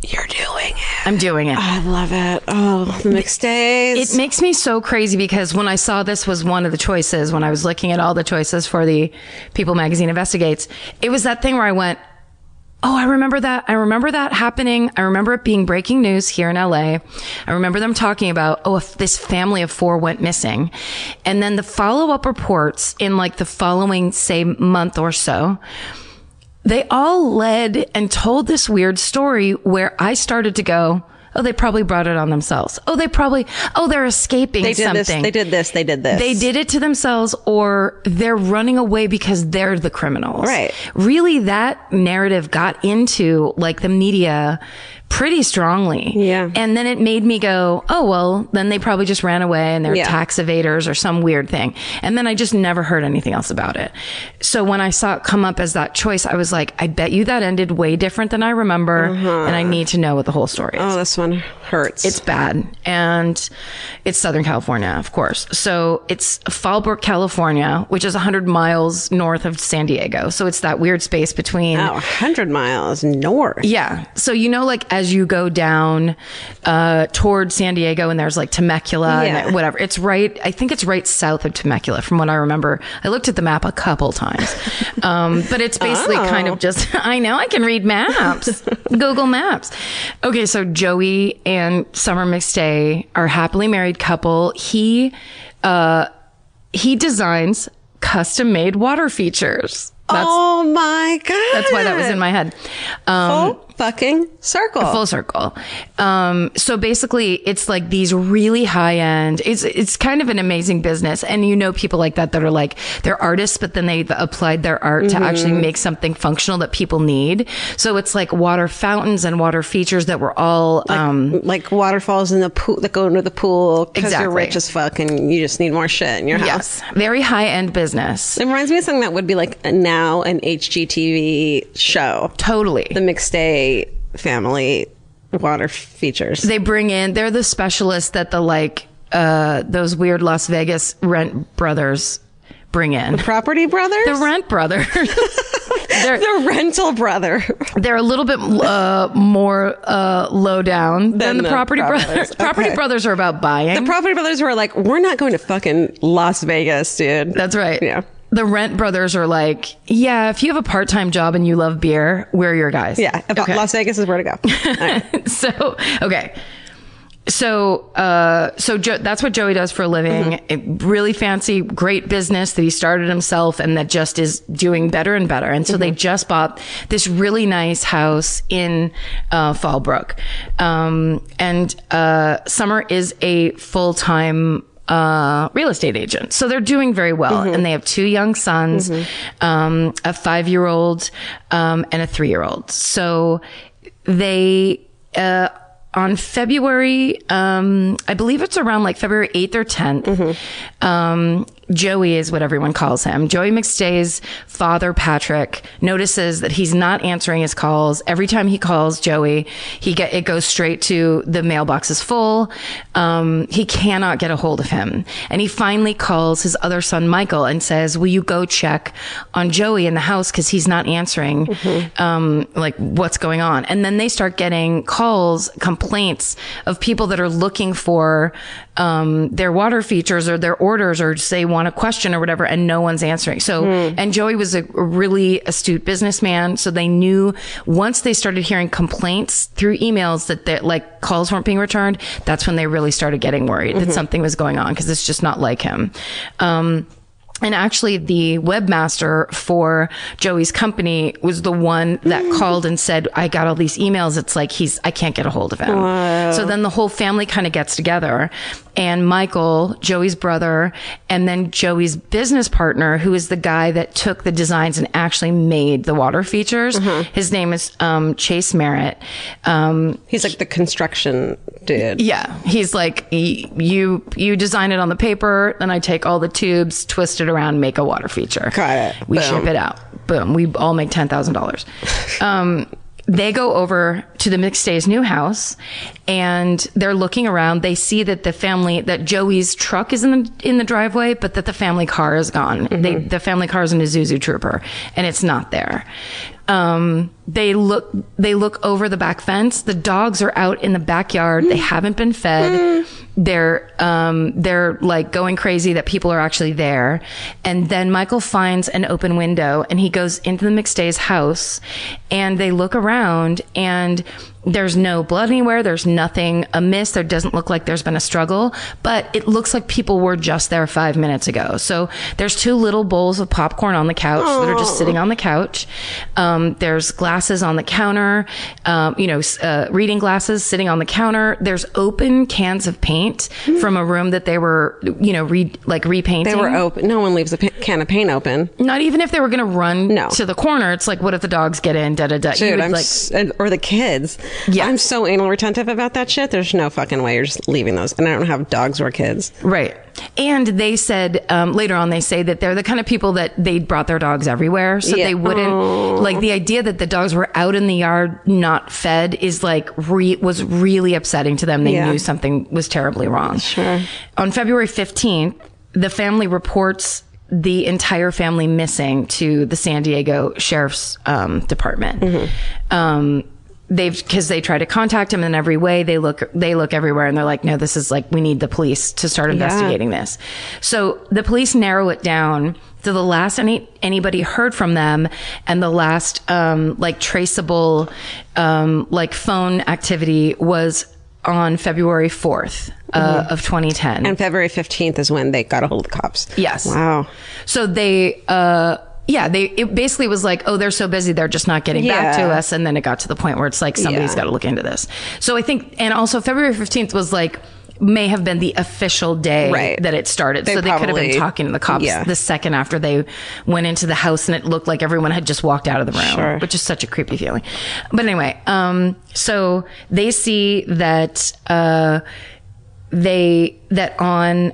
You're doing it.
I'm doing it.
I love it. Oh, the mixed days.
It makes me so crazy because when I saw this was one of the choices, when I was looking at all the choices for the People Magazine Investigates, it was that thing where I went, Oh, I remember that. I remember that happening. I remember it being breaking news here in LA. I remember them talking about, oh, if this family of four went missing. And then the follow up reports in like the following, say, month or so, they all led and told this weird story where I started to go, oh, they probably brought it on themselves. Oh, they probably, oh, they're escaping
they did this.
something.
They did this. They did this.
They did it to themselves or they're running away because they're the criminals.
Right.
Really, that narrative got into like the media pretty strongly.
Yeah.
And then it made me go, oh, well, then they probably just ran away and they're
Yeah.
tax evaders or some weird thing. And then I just never heard anything else about it. So when I saw it come up as that choice, I was like, I bet you that ended way different than I remember.
Uh-huh.
And I need to know what the whole story is.
Oh, this one hurts.
It's bad. And it's Southern California, of course. So it's Fallbrook, California, which is 100 miles north of San Diego. So it's that weird space between.
oh, 100 miles north.
Yeah. So, you know, like as you go down uh, toward San Diego and there's like Temecula
Yeah.
and whatever, it's right, I think it's right south of Temecula from what I remember. I looked at the map a couple times. Um, but it's basically
Oh.
kind of just, I know I can read maps, Google Maps. Okay. So, Joey and Summer McStay are a happily married couple. He, uh, he designs custom made water features. That's,
oh my god.
that's why that was in my head.
full fucking circle.
full circle. Um, so basically, it's like these really high end. It's it's kind of an amazing business, and you know people like that that are like they're artists, but then they applied their art to actually make something functional that people need. So it's like water fountains and water features that were all um,
like waterfalls in the pool that go into the pool because
Exactly.
you're rich as fuck and you just need more shit in your house.
yes, very high end business.
It reminds me of something that would be like a- now an HGTV show.
Totally.
The McStay family water features.
they bring in they're the specialists that the like uh those weird Las Vegas rent brothers bring in.
Property brothers?
The rent brothers. They're-
The rental brother.
they're a little bit uh, more uh, low down than, the,
the
property brothers.
Property
property brothers are about buying.
Property brothers were like, we're not going to fucking Las Vegas, dude.
That's right.
Yeah.
The rent brothers are like, yeah, if you have a part time job and you love beer, we're your guys.
Yeah. About
Okay.
Las Vegas is where to go. All right.
so okay so uh so jo- that's what joey does for a living It- really fancy great business that he started himself and that just is doing better and better and so they just bought this really nice house in uh fallbrook um and uh summer is a full-time uh, real estate agent. So they're doing very well and they have two young sons, um, a five year old, um, and a three year old. So they, uh, on February, um, I believe it's around like February 8th or 10th, um, Joey is what everyone calls him. Joey McStay's father, Patrick, notices that he's not answering his calls. Every time he calls Joey, he get it goes straight to the mailbox is full. Um, he cannot get a hold of him, and he finally calls his other son, Michael, and says, "Will you go check on Joey in the house because he's not answering? Um, like what's going on?" And then they start getting calls, complaints of people that are looking for um, their water features or their orders or say want a question or whatever, and no one's answering. So, and Joey was a really astute businessman, so they knew once they started hearing complaints through emails that that like calls weren't being returned. That's when they really started getting worried that something was going on because it's just not like him. Um, and actually, the webmaster for Joey's company was the one that called and said, I got all these emails. It's like he's, I can't get a hold of him. So then the whole family kind of gets together and Michael, Joey's brother, and then Joey's business partner, who is the guy that took the designs and actually made the water features. His name is um, Chase Merritt. Um,
He's like the construction dude.
yeah, he's like "Y- you. You design it on the paper, then I take all the tubes, twist it around, make a water feature.
Got it.
We
Boom.
ship it out. Boom. We all make ten thousand dollars. Um, they go over to the McStay's new house, and they're looking around. They see that the family that Joey's truck is in the in the driveway, but that the family car is gone. They,
Mm-hmm.
the family car is an Isuzu Trooper, and it's not there um, they look they look over the back fence. The dogs are out in the backyard. They haven't been fed. They're um, they're like going crazy that people are actually there. And then Michael finds an open window and he goes into the McStay's house and they look around and there's no blood anywhere. There's nothing amiss. There doesn't look like there's been a struggle, but it looks like people were just there five minutes ago. So there's two little bowls of popcorn on the couch that are just sitting on the couch. Um, there's glasses on the counter, um, you know, s- uh, reading glasses sitting on the counter. There's open cans of paint from a room that they were, you know, re- like repainting
They were open. No one leaves a pa- can of paint open.
not even if they were going to run
No.
to the corner. It's like, what if the dogs get in? Da da da. You
Dude,
would,
I'm
like,
s- and- or the kids.
Yeah.
I'm so anal retentive about that shit. There's no fucking way you're just leaving those. And I don't have dogs or kids.
Right. And they said um, later on, they say that they're the kind of people that they brought their dogs everywhere. So
Yeah.
they wouldn't, like, the idea that the dogs were out in the yard, not fed, is like, re- was really upsetting to them. They
Yeah.
knew something was terribly wrong. Sure. On February 15th, the family reports the entire family missing to the San Diego Sheriff's um, Department. Um, they've because they try to contact him in every way they look they look everywhere and they're like no this is like we need the police to start investigating this so the police narrow it down to the last any anybody heard from them and the last um like traceable um like phone activity was on february 4th uh, of 2010
Mm-hmm. And February 15th is when they got a hold of the cops.
Yes.
Wow.
So they, uh, yeah, they it basically was like, oh, they're so busy, they're just not getting back to
Yeah.
us. And then it got to the point where it's like somebody's
Yeah.
got to look into this. So I think, and also February fifteenth was like may have been the official day
Right.
that it started.
They
so they could have been
probably-
talking to the cops
yeah.
the second after they went into the house, and it looked like everyone had just walked out of the room,
Sure.
which is such a creepy feeling. But anyway, um, so they see that. Uh, they that on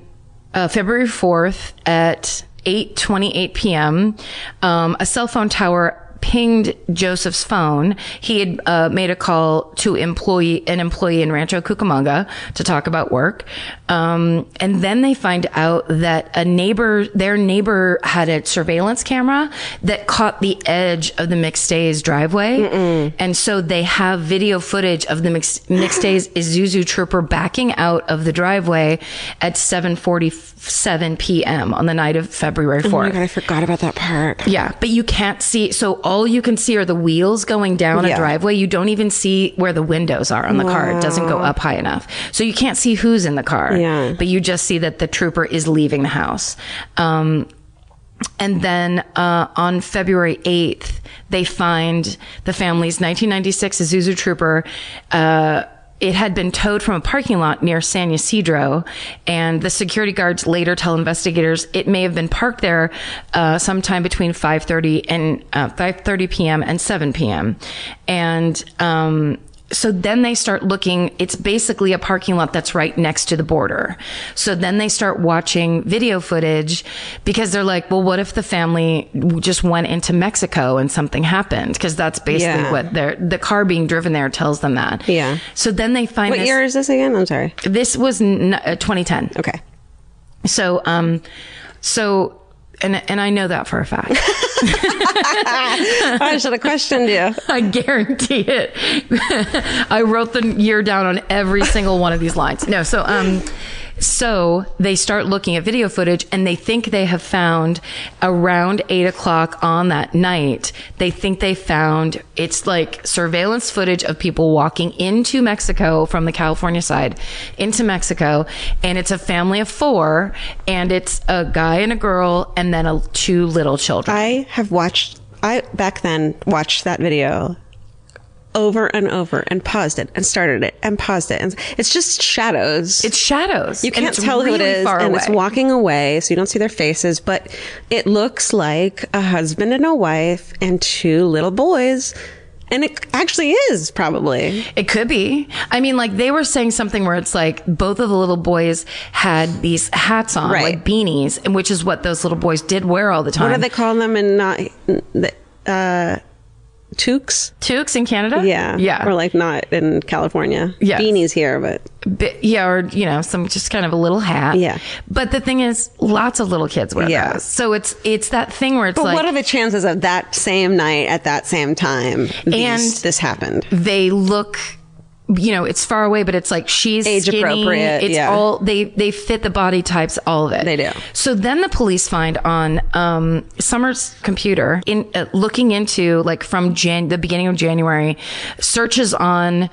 uh, February 4th at 8:28 p.m. Um, a cell phone tower pinged Joseph's phone. He had uh, made a call to employee an employee in Rancho Cucamonga to talk about work, um, and then they find out that a neighbor their neighbor had a surveillance camera that caught the edge of the McStay's driveway, and so they have video footage of the Mix- McStay's Isuzu Trooper backing out of the driveway at 7:47 p.m. on the night of February 4th.
Oh God, I forgot about that part.
Yeah, but you can't see. So all you can see are the wheels going down a
Yeah.
driveway. You don't even see where the windows are on the car. It doesn't go up high enough. So you can't see who's in the car.
Yeah.
But you just see that the trooper is leaving the house. Um, and then uh, on February 8th, they find the family's 1996 Isuzu Trooper. Uh, it had been towed from a parking lot near San Ysidro, and the security guards later tell investigators it may have been parked there uh, sometime between 5:30 and uh, 5:30 p.m. and 7 p.m. And um, So then they start looking. It's basically a parking lot that's right next to the border. So then they start watching video footage because they're like, well, what if the family w- just went into Mexico and something happened? Because that's basically
Yeah.
what they're, the car being driven there tells them that.
Yeah.
So then they find
What
this,
year is this again? I'm sorry.
this was n- uh, 2010.
Okay.
So, um, so, and, and I know that for a fact.
I should have questioned you.
I guarantee it. I wrote the year down on every single one of these lines. No, so um so they start looking at video footage and they think they have found around eight o'clock on that night, they think they found it's like surveillance footage of people walking into Mexico from the California side into Mexico. And it's a family of four and it's a guy and a girl and then a, two little children.
I have watched. I back then watched that video over and over and paused it and started it and paused it and it's just shadows.
it's shadows.
you
and
can't
it's
tell who it
really
is
far
and it's
away.
walking away so you don't see their faces but it looks like a husband and a wife and two little boys and it actually is probably
It could be. I mean, like they were saying something where it's like both of the little boys had these hats on,
Right.
like beanies, and which is what those little boys did wear all the time.
what do they call them and not the uh toques
toques in Canada?
yeah
yeah,
or like not in california
Yes.
beanies here but
Bi- yeah, or you know, some just kind of a little hat.
Yeah.
But the thing is, lots of little kids wear
Yeah.
those. So it's it's that thing where it's
But
like
what are the chances of that same night at that same time these-
And-
this happened?
they look you know it's far away but it's like she's
Age
skinny.
appropriate,
it's
yeah.
all they they fit the body types all of it
They do.
so then the police find on um summer's computer in uh, looking into like from jan the beginning of january searches on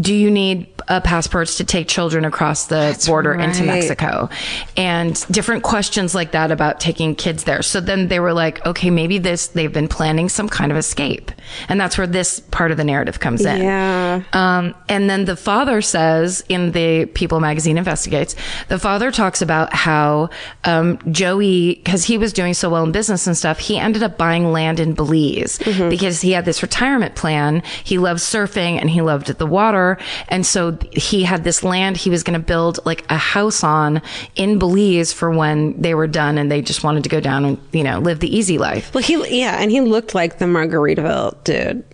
do you need uh, passports to take children across the border into Mexico? And different questions like that about taking kids there. So then they were like, okay, maybe this, they've been planning some kind of escape. And that's where this part of the narrative comes in.
Yeah.
Um, and then the father says in the People magazine investigates, the father talks about how um, Joey, because he was doing so well in business and stuff, he ended up buying land in Belize
Mm-hmm.
because he had this retirement plan. He loved surfing and he loved the water. And so he had this land he was going to build like a house on in Belize for when they were done and they just wanted to go down and, you know, live the easy life.
Well, he yeah, and he looked like the Margaritaville dude.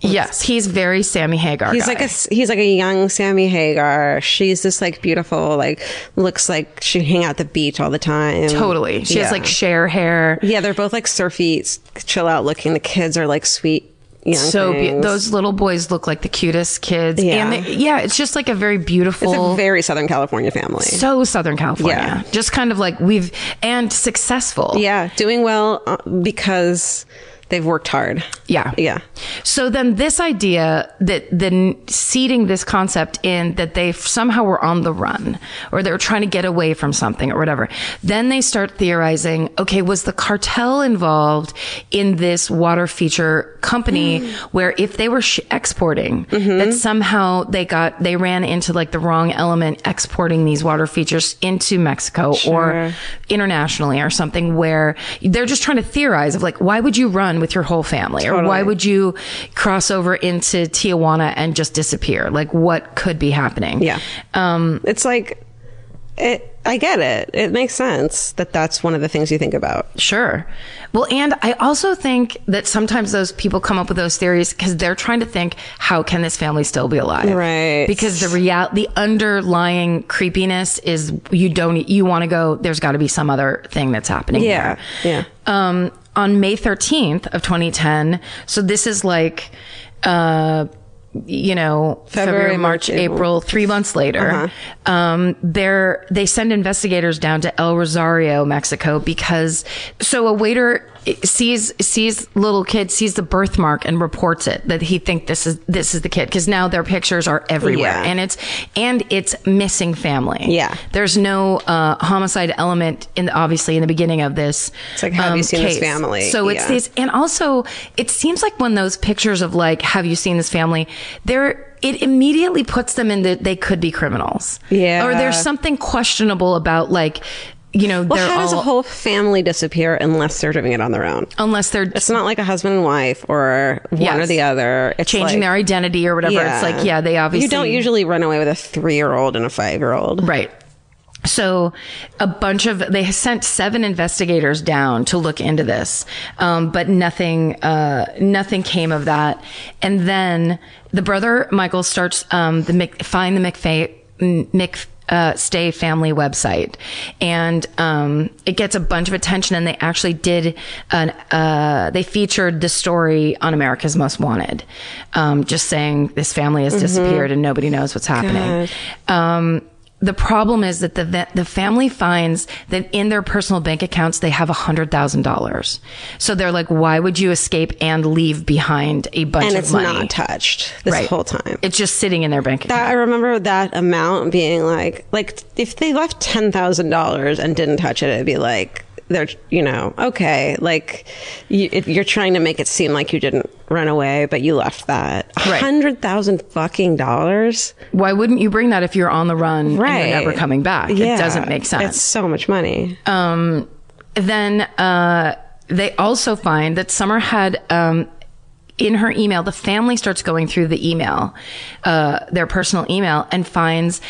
Yes, he's very Sammy Hagar.
He's
guy.
like a s- he's like a young Sammy Hagar. She's this like beautiful, like looks like she hang out at the beach all the time.
Totally. She
Yeah.
has like share hair.
yeah, they're both like surfy, s- chill out looking. The kids are like sweet young.
so be-
things.
those little boys look like the cutest kids
Yeah.
and they- yeah it's just like a very beautiful
It's a very Southern California family.
so southern california
Yeah.
just kind of like we've and successful
yeah, doing well uh, because they've worked hard.
yeah
Yeah.
so then this idea that then seeding this concept in that they somehow were on the run or they were trying to get away from something or whatever then they start theorizing okay was the cartel involved in this water feature company
Mm.
where if they were sh- exporting
Mm-hmm.
that somehow they got they ran into like the wrong element exporting these water features into mexico or internationally or something where they're just trying to theorize of like why would you run with your whole family or why would you cross over into tijuana and just disappear like what could be happening
Yeah. Um, it's like, it, I get it. It makes sense that that's one of the things you think about.
Sure. Well, and I also think that sometimes those people come up with those theories because they're trying to think, how can this family still be alive?
Right.
Because the real, the underlying creepiness is you don't, e-, you want to go, there's got to be some other thing that's happening. here.
Yeah.
Um, on May 13th of 2010. So this is like, uh, you know, February, March, April, three months later, um, they're, they send investigators down to El Rosario, Mexico, because so a waiter sees, sees little kid, sees the birthmark and reports it that he think this is, this is the kid. Cause now their pictures are everywhere
Yeah.
and it's, and it's missing family.
Yeah.
There's no, uh, homicide element in, obviously in the beginning of this. It's
like, have you seen this family?
um, So it's
Yeah.
these, and also it seems like when those pictures of like, have you seen this family? They're, it immediately puts them in that they could be criminals.
Yeah.
Or there's something questionable about like, you know,
Well,
they're
how does
all Oh.
a whole family disappear unless they're doing it on their own?
unless they're
It's not like a husband and wife or one
Yes.
or the other. It's
changing
like-
their identity or whatever. It's like, yeah, they obviously
You don't usually run away with a three year old and a five year old.
Right. So, a bunch of they sent seven investigators down to look into this, um, but nothing, uh, nothing came of that. And then the brother Michael starts um, the Mc, find the McFay Mc uh, Stay family website, and um, it gets a bunch of attention. And they actually did an uh, they featured the story on America's Most Wanted, um, just saying this family has disappeared and nobody knows what's happening. Um, the problem is that the the family finds that in their personal bank accounts they have hundred thousand dollars. So they're like, why would you escape and leave behind a bunch
And
of
it's
money?
not touched this whole time.
It's just sitting in their bank account.
I remember that amount being like, like if they left ten thousand dollars and didn't touch it, it'd be like they're, you know, okay, like you, if you're trying to make it seem like you didn't run away, but you left that
Right.
hundred thousand fucking dollars.
why wouldn't you bring that if you're on the run and
Right.
you're never coming back?
Yeah.
It doesn't make sense.
It's so much money.
um, then uh, they also find that Summer had um, in her email, the family starts going through the email, uh, their personal email, and finds.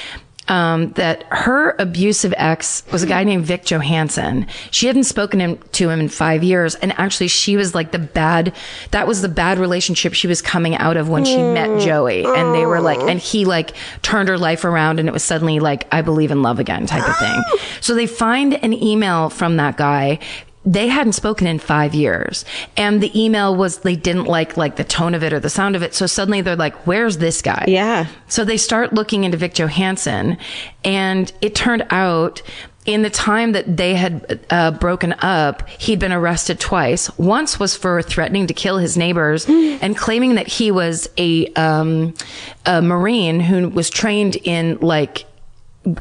Um, that her abusive ex was a guy named Vic Johansson. She hadn't spoken him, to him in five years. And actually, she was like the bad, that was the bad relationship she was coming out of when she met Joey. And they were like, and he like turned her life around and it was suddenly like, I believe in love again type of thing. So they find an email from that guy they hadn't spoken in five years and the email was they didn't like like the tone of it or the sound of it so suddenly they're like where's this guy
Yeah.
so they start looking into vic johansson and it turned out in the time that they had uh, broken up he'd been arrested twice once was for threatening to kill his neighbors and claiming that he was a um a marine who was trained in like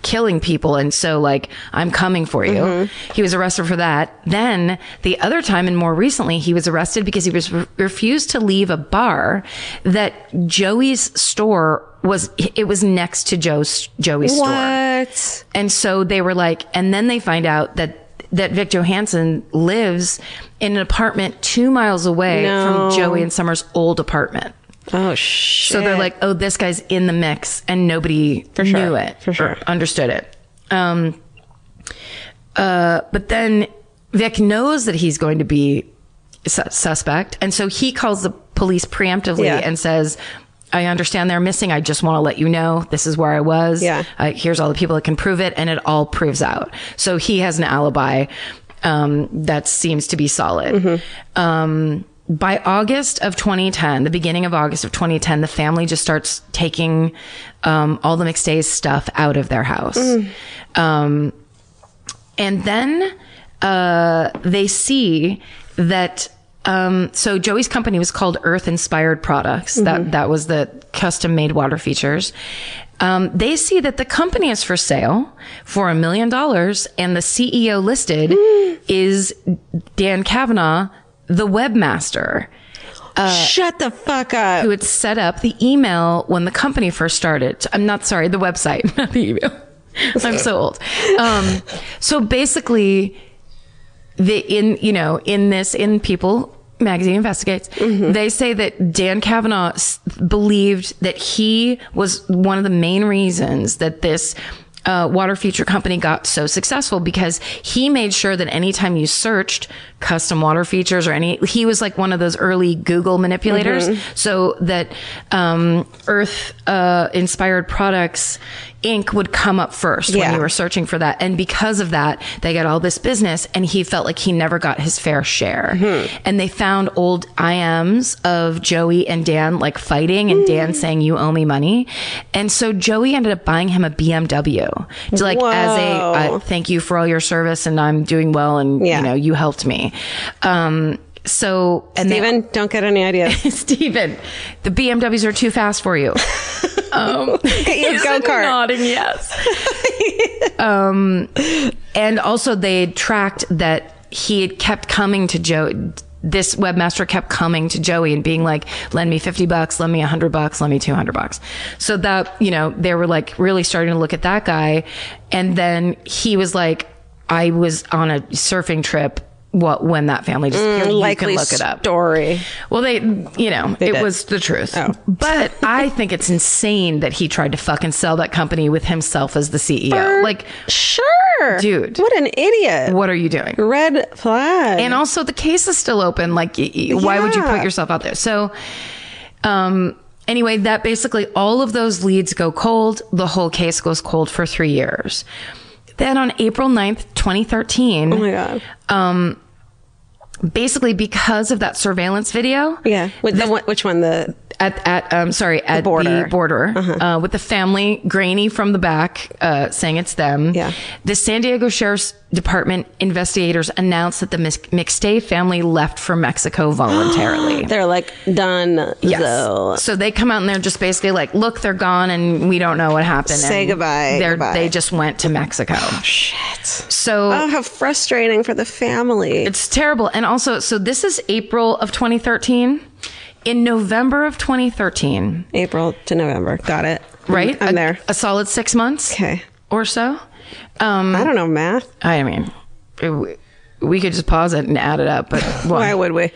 killing people and so like i'm coming for you he was arrested for that then the other time and more recently he was arrested because he was refused to leave a bar that joey's store was it was next to joe's joey's store
What?
and so they were like, and then they find out that that Vic Johansson lives in an apartment two miles away from Joey and Summer's old apartment.
Oh shit!
So they're like, oh, this guy's in the mix, and nobody knew it
For sure.
or understood it. Um, uh, but then Vic knows that he's going to be su- suspect, and so he calls the police preemptively
Yeah.
and says. I understand they're missing. I just want to let you know this is where I was.
Yeah.
Uh, here's all the people that can prove it, and it all proves out. So he has an alibi um, that seems to be solid.
Mm-hmm.
Um, by August of 2010, the beginning of August of 2010, the family just starts taking um, all the McStay's stuff out of their house.
Mm.
Um, and then uh, they see that. Um, so Joey's company was called Earth Inspired Products. That that was the custom made water features. Um, they see that the company is for sale for a million dollars, and the CEO listed is Dan Kavanaugh, the webmaster
shut the fuck up.
who had set up the email when the company first started. I'm not sorry, the website, not the email. I'm so old. Um, so basically, the in you know in this in People magazine investigates, they say that Dan Kavanaugh s- believed that he was one of the main reasons that this. Uh, water feature company got so successful because he made sure that anytime you searched custom water features or any, he was like one of those early Google manipulators. So that um, Earth uh, inspired products Inc. would come up first when
Yeah.
you were searching for that. And because of that, they got all this business and he felt like he never got his fair share.
Hmm.
And they found old IMs of Joey and Dan like fighting and
Hmm.
Dan saying, you owe me money. And so Joey ended up buying him a BMW to like as a, uh, thank you for all your service and I'm doing well. And
Yeah.
you know, you helped me. Um, so, and they-
Steven, don't get any ideas.
Steven, the BMWs are too fast for you. um,
Get your
he's
go-kart.
Nodding yes. um, and also they had tracked that he had kept coming to Joe. This webmaster kept coming to Joey and being like, "Lend me fifty bucks, lend me hundred bucks, lend me two hundred bucks." So that you know they were like really starting to look at that guy, and then he was like, I was on a surfing trip. What when that family disappeared? you can
Mm, Likely
look it up.
story.
Well, they, you know, it was the truth.
Oh.
But I think it's insane that he tried to fucking sell that company with himself as the CEO. like,
Sure,
Dude.
What an idiot.
what are you doing?
red flag?
And also, the case is still open. Like, y- y- why would you
Yeah.
put yourself out there? So, um, anyway, that basically all of those leads go cold. The whole case goes cold for three years. Then on April 9th, 2013,
oh my god.
um, basically because of that surveillance video,
Yeah. With the, one which one? The
at at um sorry at the border,
border. Uh-huh.
uh, with the family grainy from the back uh, saying it's them.
Yeah.
The San Diego Sheriff's Department investigators announced that the Mis- McStay family left for Mexico voluntarily.
they're like done.
Yes.
though.
So they come out and they're just basically like, look, they're gone and we don't know what happened.
Say
And
goodbye,
They're,
goodbye. Oh,
They just went to Mexico.
Shit.
So
Oh, how frustrating for the family.
It's terrible. And also, so this is April of 2013. In November of 2013,
April to November. Got it.
right?
I'm
a,
there.
A solid six months.
Okay.
Or so. Um,
I don't know math.
I mean, it- we could just pause it and add it up, but well,
Why would we?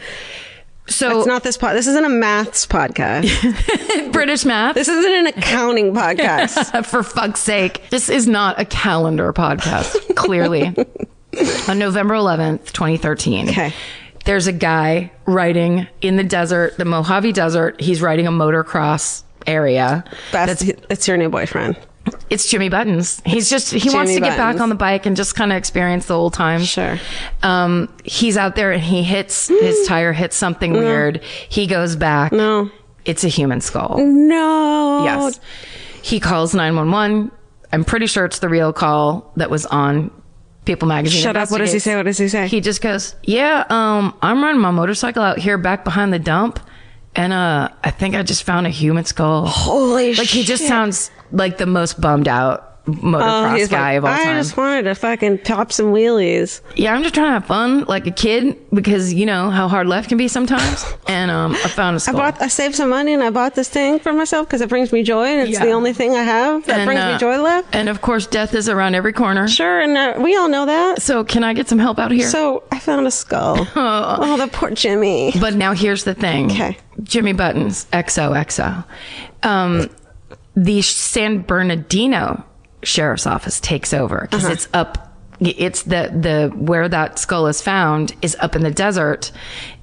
so
It's not this pod. This isn't a maths podcast.
British math.
this isn't an accounting podcast.
for fuck's sake, this is not a calendar podcast. Clearly, on November 11th, 2013.
Okay.
There's a guy riding in the desert, the Mojave Desert. He's riding a motocross area.
Best, it's your new boyfriend.
It's Jimmy Buttons. He's just he wants
Jimmy
to get back
Buttons.
on the bike and just kind of experience the old times.
Sure.
Um, he's out there and he hits his tire hits something weird. He goes back. No. It's a human skull.
No.
Yes. He calls 911. I'm pretty sure it's the real call that was on People Magazine.
Shut up. What does he
Investigates.
say? What does he say?
He just goes, "Yeah, um, I'm running my motorcycle out here back behind the dump, and uh, I think I just found a human skull."
Holy
like he just sounds like the most bummed out motocross guy of all
Oh, I
time.
just wanted to fucking pop some wheelies.
yeah, I'm just trying to have fun like a kid because you know how hard life can be sometimes. and um, I found a
I
skull.
bought, I saved some money and I bought this thing for myself because it brings me joy and it's
Yeah.
the only thing I have that
And,
brings
uh,
me joy left.
And of course, death is around every corner.
Sure, and uh, we all know that.
So can I get some help out here?
So I found a skull. oh. the poor Jimmy.
But now here's the thing.
Okay.
Jimmy Buttons, XOXO. Um, the San Bernardino Sheriff's Office takes over because
Uh-huh.
it's up. It's the the where that skull is found is up in the desert,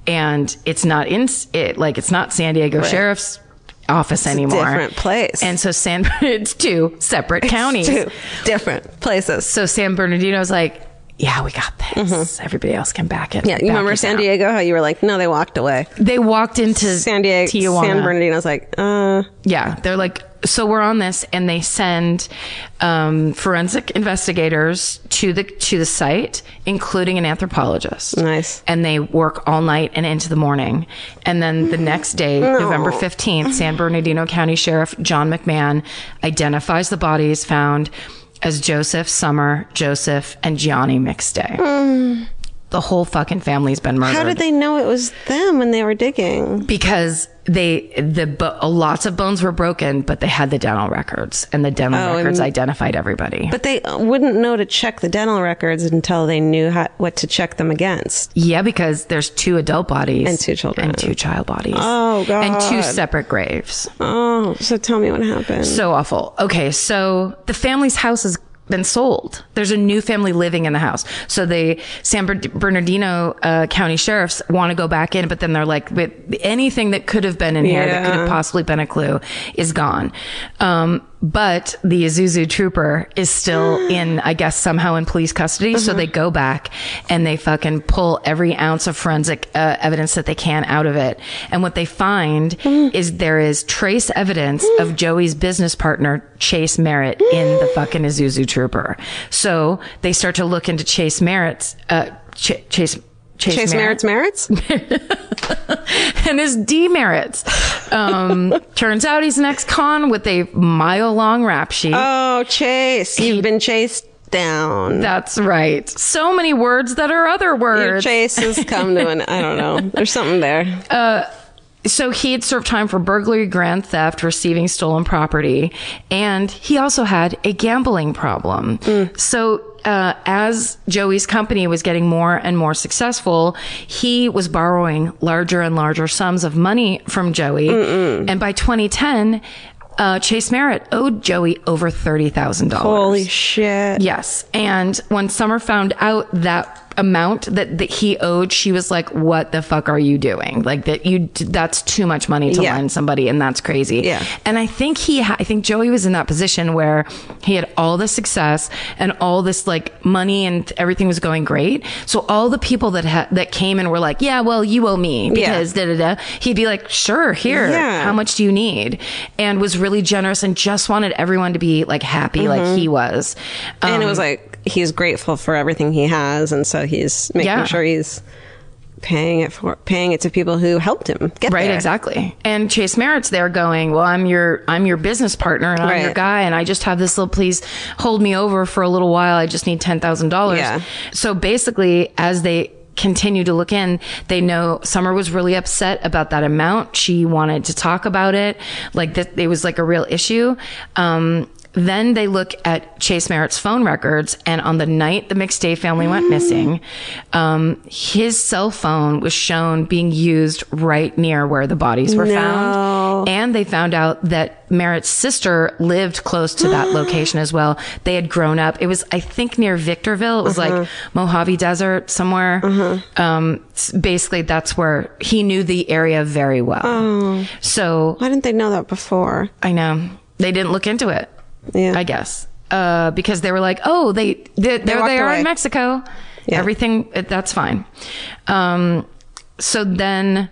and it's not in it like it's not San Diego Sheriff's office anymore.
different place.
And so San it's two separate counties.
Two different places.
So San Bernardino's like, yeah, we got this. Everybody else can back it.
Mm-hmm. Yeah, you remember San Diego? How you were like, no, they walked away.
They walked into
San Diego,
Tijuana.
San Bernardino's like, uh,
Yeah, they're like, so we're on this, and they send um, forensic investigators to the to the site, including an anthropologist.
Nice.
And they work all night and into the morning, and then the next day, November fifteenth, San Bernardino County Sheriff John McMahon identifies the bodies found as Joseph Summer, Joseph, and Gianni Mixday. The whole fucking family's been murdered
Mm. how did they know it was them when they were digging?
because they the bo- lots of bones were broken, but they had the dental records, and the dental records identified everybody.
Oh, But they uh, wouldn't know to check the dental records until they knew how, what to check them against.
yeah, because there's two adult bodies
And two children.
and two child bodies.
Oh, God.
And two separate graves.
Oh, so tell me what happened.
So awful. Okay, so the family's house has been sold. There's a new family living in the house. So the San Ber- Bernardino uh, County sheriffs want to go back in, but then they're like, but anything that could have been in here that could
Uh-huh.
have possibly been a clue is gone. Um, but the Azuzu trooper is still in, I guess, somehow in police custody. So
Uh-huh.
they go back and they fucking pull every ounce of forensic uh, evidence that they can out of it. And what they find
Mm.
is there is trace evidence of Joey's business partner, Chase Merritt, in the fucking Azuzu trooper. So they start to look into Chase Merritt's, uh, Ch- Chase, Chase,
Chase
Merritt
Merritt's merits?
and his demerits. Um, turns out he's an ex-con with a mile-long rap sheet.
Oh, Chase, you've been chased down.
That's right. So many words that are other
Your
words.
chase has come to an, I don't know. There's something there.
so he had served time for burglary, grand theft, receiving stolen property, and he also had a gambling problem. So uh, as Joey's company was getting more and more successful, he was borrowing larger and larger sums of money from Joey. And by 2010, uh, Chase Merritt owed Joey over $30,000.
Holy shit.
Yes. And when Summer found out that amount that, that he owed, she was like, what the fuck are you doing? Like that you, that's too much money to
Yeah.
lend somebody and that's crazy.
Yeah.
And I think he, ha- I think Joey was in that position where he had all the success and all this like money and everything was going great. So all the people that ha- that came and were like, yeah, well, you owe me because da da da. He'd be like, sure, here,
Yeah.
how much do you need? And was really generous and just wanted everyone to be like happy, like he was. Um,
Mm-hmm. and it was like he's grateful for everything he has, and so he's making
Yeah.
sure he's paying it for paying it to people who helped him get
Right,
there.
exactly. And Chase Merritt's there going, Well, I'm your I'm your business partner and I'm your
Right.
guy and I just have this little please hold me over for a little while. I just need ten thousand
Yeah.
dollars. So basically as they continue to look in, they know Summer was really upset about that amount. She wanted to talk about it. Like that it was like a real issue. Um then they look at Chase Merritt's phone records, and on the night the McStay family went missing, um, his cell phone was shown being used right near where the bodies were found. And they found out that Merritt's sister lived close to that location as well. They had grown up. It was, I think, near Victorville. It was like Mojave Desert somewhere. Um, s- basically, that's where he knew the area very well. So
Why didn't they know that before?
I know. They didn't look into it.
Yeah.
I guess. Uh, because they were like, oh, they, they, there
walked
they are
away.
in Mexico. Everything, it, that's fine. Um, so then,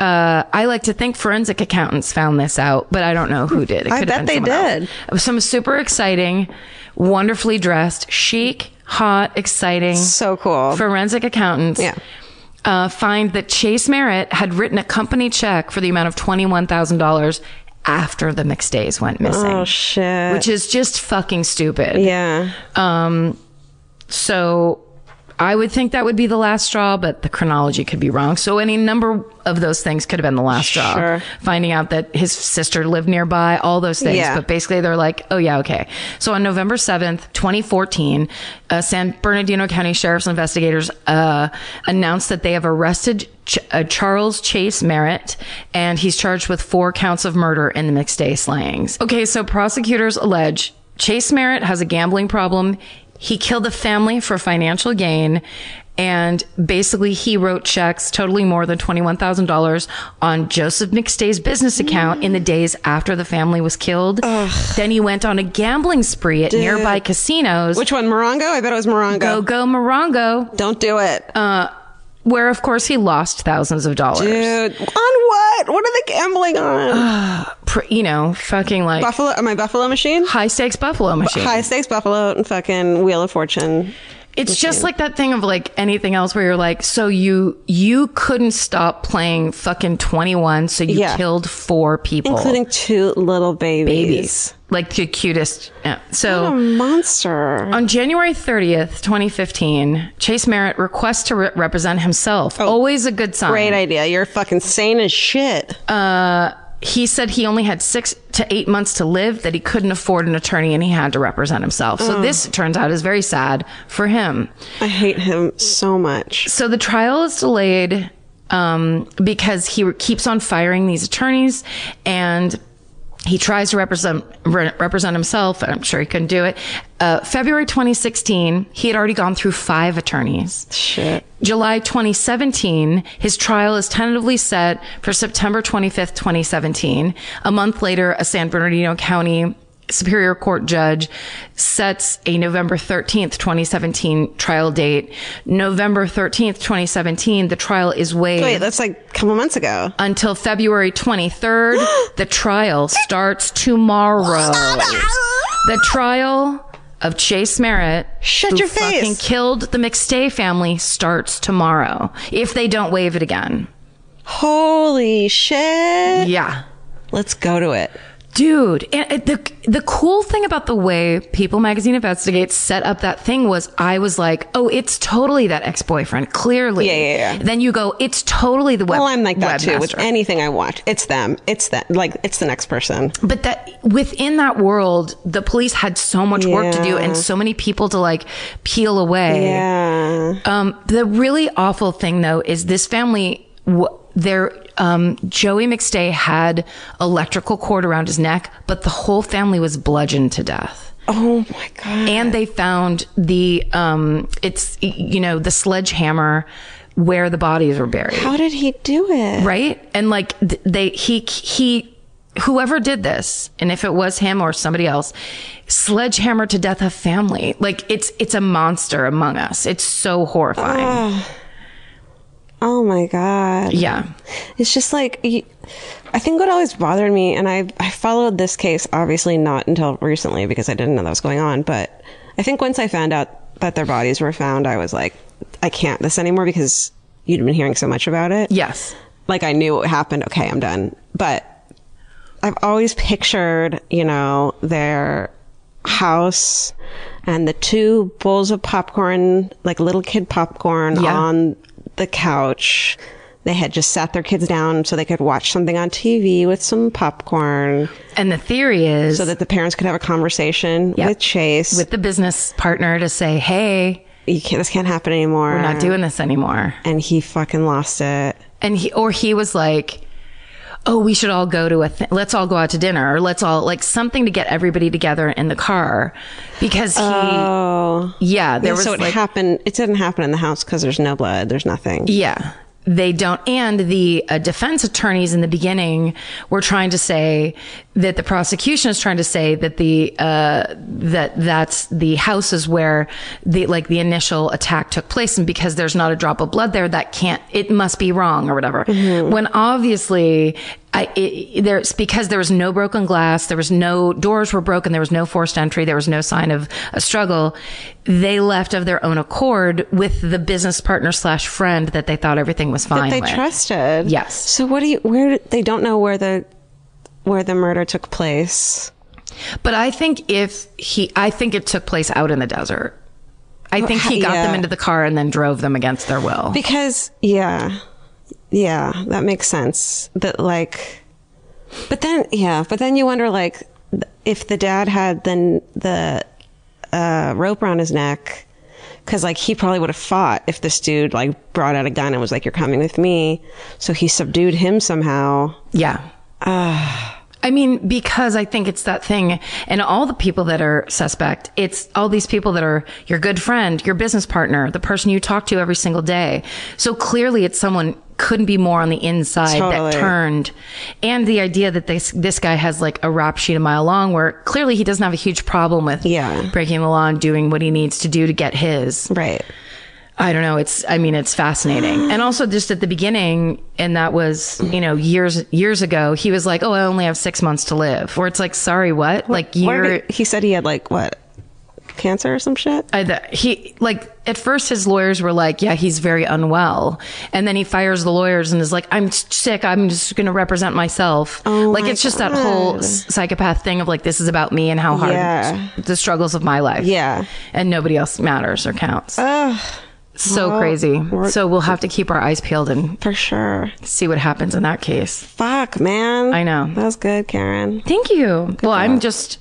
uh, I like to think forensic accountants found this out, but I don't know who did. It
I
could
bet
have
they
been someone else.
did.
It was Some super exciting, wonderfully dressed, chic, hot, exciting.
So cool.
Forensic accountants
Yeah.
uh, find that Chase Merritt had written a company check for the amount of $21,000 after the McStays went missing.
Oh shit.
Which is just fucking stupid.
yeah.
Um, so I would think that would be the last straw, but the chronology could be wrong. So any number of those things could have been the last straw.
Sure.
Finding out that his sister lived nearby, all those things.
Yeah.
But basically, they're like, oh, yeah, okay. So on November 7th, 2014, uh, San Bernardino County Sheriff's investigators uh, announced that they have arrested Ch- uh, Charles Chase Merritt, and he's charged with four counts of murder in the mixed day slayings. Okay, so prosecutors allege Chase Merritt has a gambling problem. He killed the family for financial gain. And basically, he wrote checks totaling more than $21,000 on Joseph McStay's business account in the days after the family was killed. Then he went on a gambling spree at nearby casinos.
Which one, Morongo? I bet it was Morongo.
Go, go, Morongo,
Don't do it.
where, of course, he lost thousands of dollars.
Dude, on what? What are they gambling on?
Pr- you know, fucking like
buffalo? My buffalo machine.
high stakes Buffalo machine.
High stakes buffalo and fucking Wheel of Fortune.
It's just like that thing of like anything else where you're like, so you you couldn't stop playing fucking 21, so you
Yeah.
killed four people,
Including two little babies.
babies, like the cutest. Yeah.
What a
So
monster.
on January 30th, 2015, Chase Merritt requests to re- represent himself. Always a good sign.
Oh, Great idea. You're fucking sane as shit.
he said he only had six to eight months to live, that he couldn't afford an attorney, and he had to represent himself. So
Mm.
this it turns out is very sad for him.
I hate him so much.
So the trial is delayed um, because he re- keeps on firing these attorneys and he tries to represent re- represent himself. I'm sure he couldn't do it. Uh, February 2016, he had already gone through five attorneys.
Shit.
July 2017, his trial is tentatively set for September 25th, 2017. A month later, a San Bernardino County Superior Court judge sets a November 13th, 2017 trial date. November 13th, 2017, the trial is waived
Wait, that's like a couple months ago.
until February 23rd. the trial starts tomorrow. the trial of Chase Merritt,
Shut
who
your face.
fucking killed the McStay family, starts tomorrow if they don't waive it again.
Holy shit.
Yeah.
Let's go to it.
Dude, and it- the the cool thing about the way People Magazine investigates set up that thing was I was like, oh, it's totally that ex boyfriend. Clearly,
Yeah, yeah, yeah.
Then you go, it's totally the web.
Well, I'm like that too with
webmaster.
anything I watch. It's them. It's that. Like it's the next person.
but that within that world, the police had so much work to do
Yeah.
and so many people to like peel away.
Yeah.
Um, the really awful thing though is this family, w- their, um, Joey McStay had electrical cord around his neck, but the whole family was bludgeoned to death.
Oh my god.
And they found the, um, it's, y- you know, the sledgehammer where the bodies were buried.
How did he do it?
Right? And like th- they, he, he, whoever did this, and if it was him or somebody else, sledgehammer to death a family. Like it's, it's a monster among us. It's so horrifying.
Oh my god.
yeah.
It's just like you, I think what always bothered me, and I I followed this case obviously not until recently because I didn't know that was going on. But I think once I found out that their bodies were found, I was like, I can't this anymore because you'd been hearing so much about it.
Yes.
like I knew what happened. Okay, I'm done. But I've always pictured, you know, their house and the two bowls of popcorn, like little kid popcorn
Yeah.
on the couch. They had just sat their kids down so they could watch something on TV with some popcorn
And the theory is
so that the parents could have a conversation
Yep.
with Chase.
with the business partner to say, hey,
you can't, this can't happen anymore.
we're not doing this anymore.
And he fucking lost it.
And he, or he was like, oh, we should all go to a, th- let's all go out to dinner or let's all like something to get everybody together in the car because he, yeah, there was
Oh. so it
like,
happened. It didn't happen in the house because there's no blood. There's nothing.
Yeah. They don't. And the uh, defense attorneys in the beginning were trying to say that the prosecution is trying to say that the, uh, that that's the houses where the, like the initial attack took place. And because there's not a drop of blood there, that can't, it must be wrong or whatever.
Mm-hmm.
When obviously, I, it, there's because there was no broken glass, there was no doors were broken, there was no forced entry, there was no sign of a struggle. They left of their own accord with the business partner slash friend that they thought everything was fine.
they
with.
trusted.
Yes.
So what do you where they don't know where the where the murder took place?
But I think if he, I think it took place out in the desert. I think he got
yeah.
them into the car and then drove them against their will.
Because yeah. Yeah, that makes sense. That like But then yeah, but then you wonder like th- if the dad had then the uh rope around his neck cuz like he probably would have fought if this dude like brought out a gun and was like you're coming with me. So he subdued him somehow.
Yeah. Ah. I mean, because I think it's that thing, and all the people that are suspect, it's all these people that are your good friend, your business partner, the person you talk to every single day. So clearly, it's someone couldn't be more on the inside
Totally.
that turned. And the idea that this this guy has like a rap sheet a mile long, where clearly he doesn't have a huge problem with
Yeah.
breaking the law and doing what he needs to do to get his.
Right.
I don't know. It's, I mean, it's fascinating. And also just at the beginning, and that was, you know, years, years ago, he was like, oh, I only have six months to live. Where it's like, sorry, what? Like,
Or
you're,
did- he said he had like what? Cancer or some shit?
I, Uh, the, he, like, at first his lawyers were like, yeah, he's very unwell. And then he fires the lawyers and is like, I'm s- sick. I'm just going to represent myself. like,
Oh my
it's just that whole
God.
s- psychopath thing of like, this is about me and how hard
Yeah.
the struggles of my life.
Yeah.
And nobody else matters or counts. so crazy. So we'll have to keep our eyes peeled and
For sure.
see what happens in that case.
Fuck, man.
I know.
That was good, Karen.
Thank you. Well, I'm just,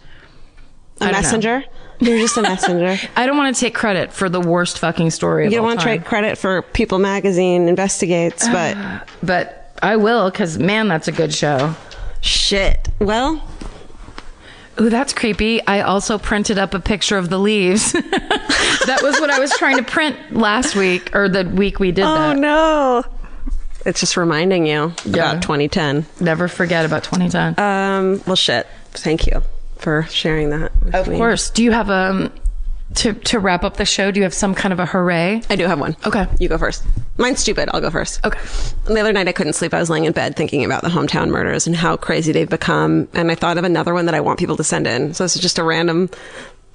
A
don't know.
messenger? You're just a messenger.
I don't want to take credit for the worst fucking story of
you don't
all
want to
time.
take credit for People Magazine investigates, but
but I will because, man, that's a good show.
shit. Well,
Ooh, that's creepy. I also printed up a picture of the leaves. that was what I was trying to print last week or the week we did
oh
that.
no. It's just reminding you
Yeah.
about 2010.
Never forget about 2010.
Um, well, shit. Thank you for sharing that. with
of
me.
course. Do you have um to, to wrap up the show, do you have some kind of a hooray?
I do have one.
Okay.
You go first. Mine's stupid. I'll go first.
Okay.
The other night I couldn't sleep. I was laying in bed thinking about the hometown murders and how crazy they've become. And I thought of another one that I want people to send in. So this is just a random.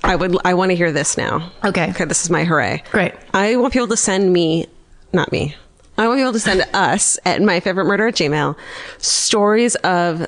I would. I want to hear this now.
Okay.
Okay. This is my hooray.
Great.
I want people to send me, not me. I want people to send us at my favorite murder at Gmail stories of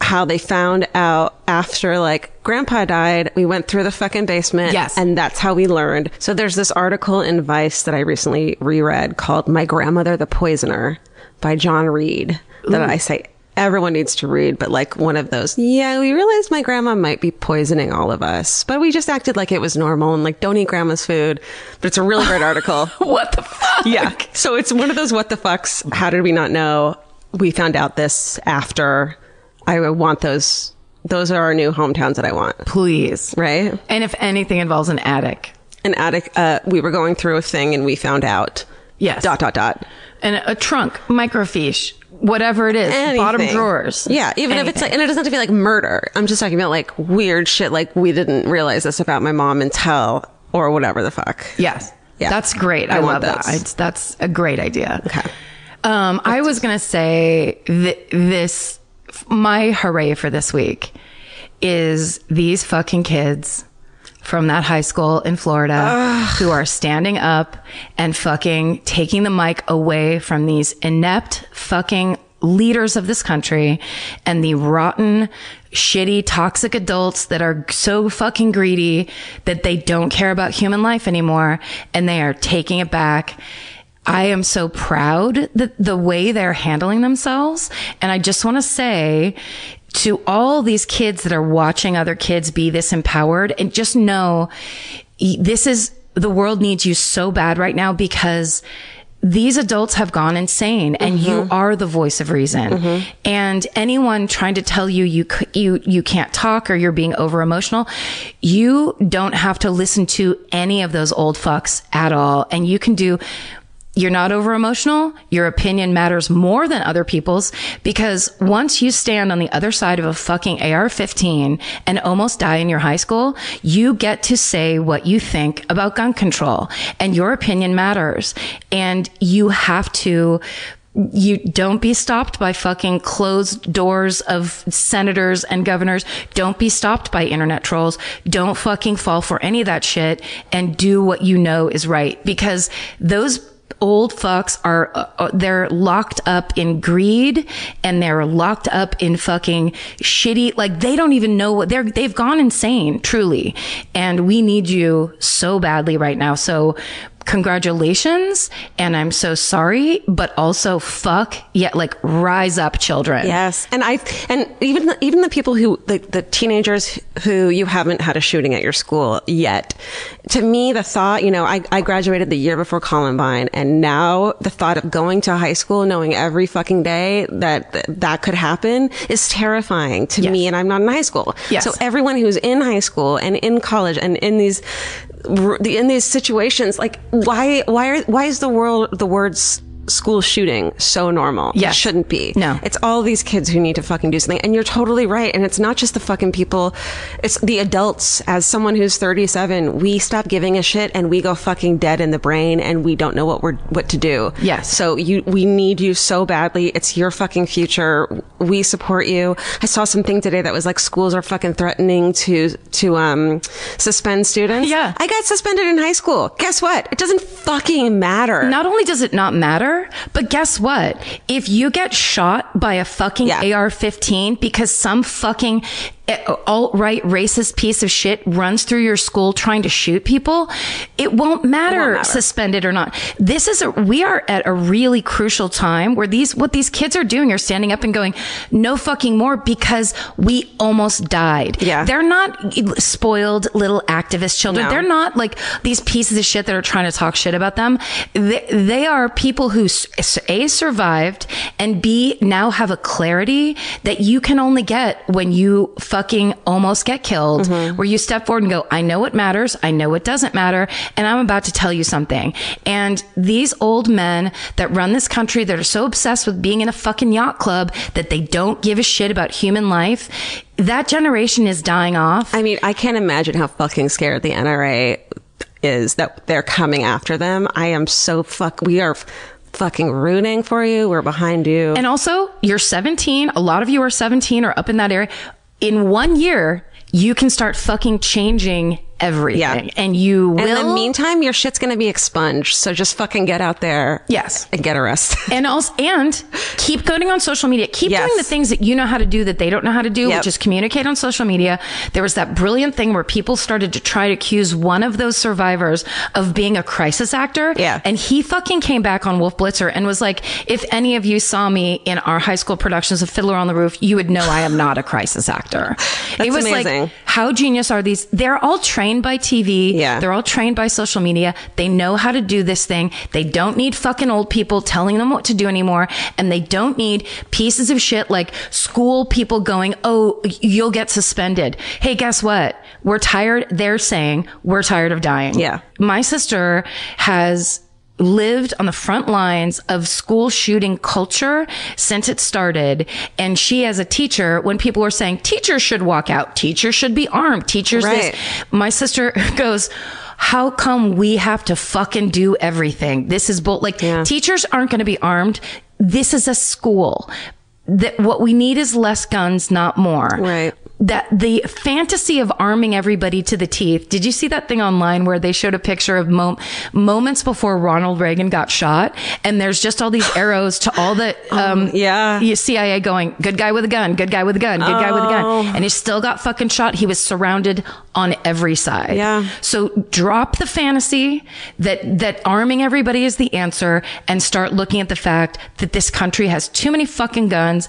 how they found out after like grandpa died, we went through the fucking basement.
Yes.
And that's how we learned. So there's this article in Vice that I recently reread called My Grandmother the Poisoner by John Reed that I say everyone needs to read, but like one of those, yeah, we realized my grandma might be poisoning all of us, but we just acted like it was normal and like don't eat grandma's food. But it's a really great article.
What the fuck?
Yeah. So it's one of those what the fucks. How did we not know? We found out this after. I want those. Those are our new hometowns that I want.
Please.
Right?
And if anything involves an attic.
An attic. Uh, we were going through a thing and we found out.
Yes.
Dot dot dot.
And a trunk, microfiche, whatever it is, bottom
Anything.
drawers.
Yeah. Even if it's like, and it doesn't have to be like murder. I'm just talking about like weird shit. Like we didn't realize this about my mom until or whatever the fuck.
Yes.
Yeah.
That's great. I,
I
love
want
that.
those.
It's, that's a great idea.
Okay.
Um, I was going to say th- this, my hooray for this week is these fucking kids from that high school in Florida who are standing up and fucking taking the mic away from these inept fucking leaders of this country and the rotten, shitty, toxic adults that are so fucking greedy that they don't care about human life anymore and they are taking it back. I am so proud that the way they're handling themselves. And I just want to say to all these kids that are watching other kids be this empowered and just know y- this is the world needs you so bad right now because these adults have gone insane and you are the voice of reason. And anyone trying to tell you you c- you you can't talk or you're being over emotional, you don't have to listen to any of those old fucks at all and you can do you're not over emotional. Your opinion matters more than other people's because once you stand on the other side of a fucking AR 15 and almost die in your high school, you get to say what you think about gun control and your opinion matters. And you have to you don't be stopped by fucking closed doors of senators and governors. Don't be stopped by internet trolls. Don't fucking fall for any of that shit and do what you know is right because those old fucks are uh, uh, they're locked up in greed and they're locked up in fucking shitty like they don't even know what they're they've gone insane truly and we need you so badly right now so congratulations and i'm so sorry but also fuck yeah like rise up children
Yes, and I and even the, even the people who the, the teenagers who you haven't had a shooting at your school yet. To me, the thought, you know, I, I graduated the year before Columbine, and now the thought of going to high school, knowing every fucking day that th- that could happen, is terrifying to me. And I'm not in high school,
Yes.
so everyone who's in high school and in college and in these r- the- in these situations, like why why are why is the world the words school shooting so normal?
Yes.
it shouldn't be.
No.
It's all these kids who need to fucking do something. And you're totally right. And it's not just the fucking people, it's the adults. As someone who's 37, we stop giving a shit and we go fucking dead in the brain and we don't know what we're what to do.
Yes.
So you we need you so badly. It's your fucking future. We support you. I saw something today that was like schools are fucking threatening to to um suspend students.
Yeah.
I got suspended in high school. Guess what? It doesn't fucking matter.
not only does it not matter, but guess what? If you get shot by a fucking
Yeah.
AR 15 because some fucking alt right racist piece of shit runs through your school trying to shoot people, it won't matter, suspended or not. This is a, we are at a really crucial time where these, what these kids are doing are standing up and going, no fucking more because we almost died.
Yeah.
They're not spoiled little activist children.
No.
They're not like these pieces of shit that are trying to talk shit about them. They, they are people who s- a survived and b now have a clarity that you can only get when you fucking almost get killed, where you step forward and go, I know what matters, I know what doesn't matter, and I'm about to tell you something. And these old men that run this country that are so obsessed with being in a fucking yacht club that they don't give a shit about human life. That generation is dying off.
I mean, I can't imagine how fucking scared the NRA is that they're coming after them. I am so fuck. We are f- fucking rooting for you. We're behind you.
And also, you're 17. A lot of you are 17 or up in that area. In one year, you can start fucking changing everything.
Yeah.
And you will.
In the meantime, your shit's going to be expunged. So just fucking get out there.
Yes.
And get arrested.
and also and keep going on social media keep
Yes.
doing the things that you know how to do that they don't know how to do
Yep.
which is communicate on social media there was that brilliant thing where people started to try to accuse one of those survivors of being a crisis actor
Yeah.
and he fucking came back on wolf blitzer and was like if any of you saw me in our high school productions of fiddler on the roof you would know i am not a crisis actor it was
amazing.
like how genius are these they're all trained by tv
Yeah.
they're all trained by social media. They know how to do this thing. They don't need fucking old people telling them what to do anymore. And they don't need pieces of shit like school people going, Oh, you'll get suspended. Hey, guess what? We're tired. They're saying we're tired of dying.
Yeah.
My sister has lived on the front lines of school shooting culture since it started. And she, as a teacher, when people were saying teachers should walk out, teachers should be armed, teachers,
Right.
this, my sister goes, how come we have to fucking do everything? This is bull. Like teachers aren't going to be armed. This is a school. That what we need is less guns, not more.
Right.
That the fantasy of arming everybody to the teeth. Did you see that thing online where they showed a picture of mom- moments before Ronald Reagan got shot, and there's just all these arrows to all the um,
yeah.
you- CIA going, good guy with a gun, good guy with a gun, good guy with a
Oh.
gun. And he still got fucking shot. He was surrounded on every side.
Yeah.
So drop the fantasy that, that arming everybody is the answer and start looking at the fact that this country has too many fucking guns.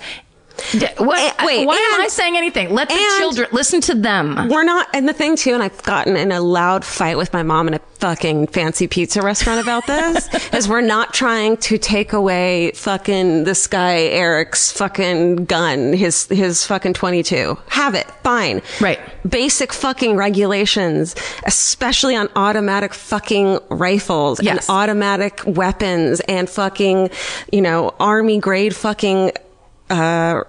D- What,
And- wait,
why am
and-
I saying anything? Let the
and-
children listen to them.
We're not, and the thing too, and I've gotten in a loud fight with my mom in a fucking fancy pizza restaurant about this, is we're not trying to take away fucking this guy Eric's fucking gun, his his fucking twenty two. Have it, fine.
Right.
Basic fucking regulations, especially on automatic fucking rifles
Yes.
and automatic weapons and fucking, you know, army grade fucking uh,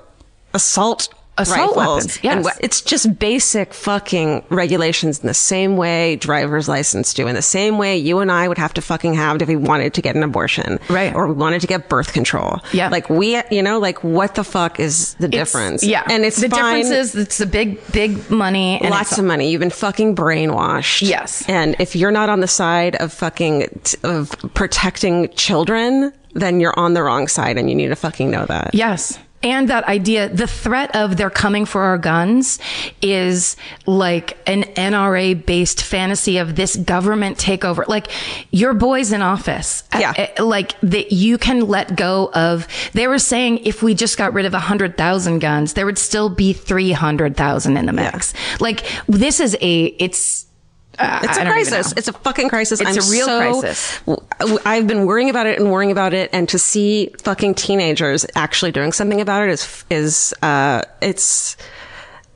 assault.
Assault
rifles
weapons, yes.
and we- it's just basic fucking regulations in the same way driver's license do, in the same way you and I would have to fucking have if we wanted to get an abortion.
Right.
Or we wanted to get birth control.
Yeah.
Like we, you know, like what the fuck is the difference?
Yeah.
And it's
the
fine.
difference is it's the big, big money and
Lots
it's-
of money. You've been fucking brainwashed.
Yes.
And if you're not on the side of fucking, t- of protecting children, then you're on the wrong side and you need to fucking know that.
Yes. And that idea, the threat of they're coming for our guns is like an NRA based fantasy of this government takeover. Like your boy's in office.
Yeah.
Uh, uh, Like that you can let go of, they were saying if we just got rid of 100,000 guns, there would still be 300,000 in the mix. Like this is a, it's, uh,
It's
a
a crisis. It's a fucking crisis.
It's
I'm
a real
so-
crisis.
w- I've been worrying about it and worrying about it, and to see fucking teenagers actually doing something about it is is uh, it's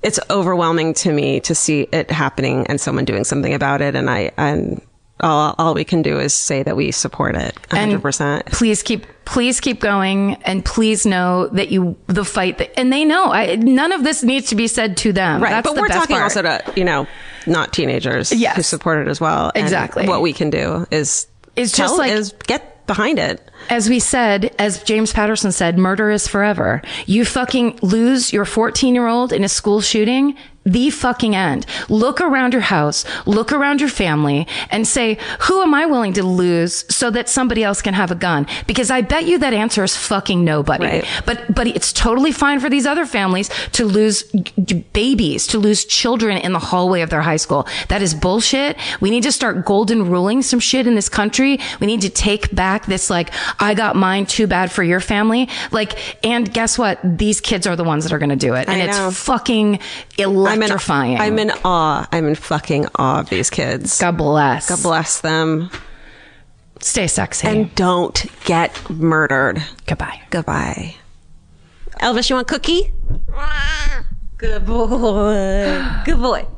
it's overwhelming to me to see it happening and someone doing something about it. And I and all all we can do is say that we support it 100. percent
please keep please keep going and please know that you the fight that, and they know I, none of this needs to be said to them
Right,
That's
but
the
we're
best
talking
part.
also to you know not teenagers
Yes.
who support it as well. And
Exactly.
what we can do is
Is just like-
is get behind it.
as we said, as James Patterson said, murder is forever. You fucking lose your 14 year old in a school shooting. The fucking end. Look around your house, look around your family and say, who am I willing to lose so that somebody else can have a gun? Because I bet you that answer is fucking nobody.
Right.
But, but it's totally fine for these other families to lose g- babies, to lose children in the hallway of their high school. That is bullshit. We need to start golden ruling some shit in this country. We need to take back this, like, I got mine too bad for your family. Like, and guess what? These kids are the ones that are going to do it. And
know.
it's fucking
I'm in,
electrifying.
I'm in awe. I'm in fucking awe of these kids.
God bless. God
Bless them.
Stay sexy.
And don't get murdered.
Goodbye.
Goodbye. Elvis, you want cookie? Good boy. Good boy.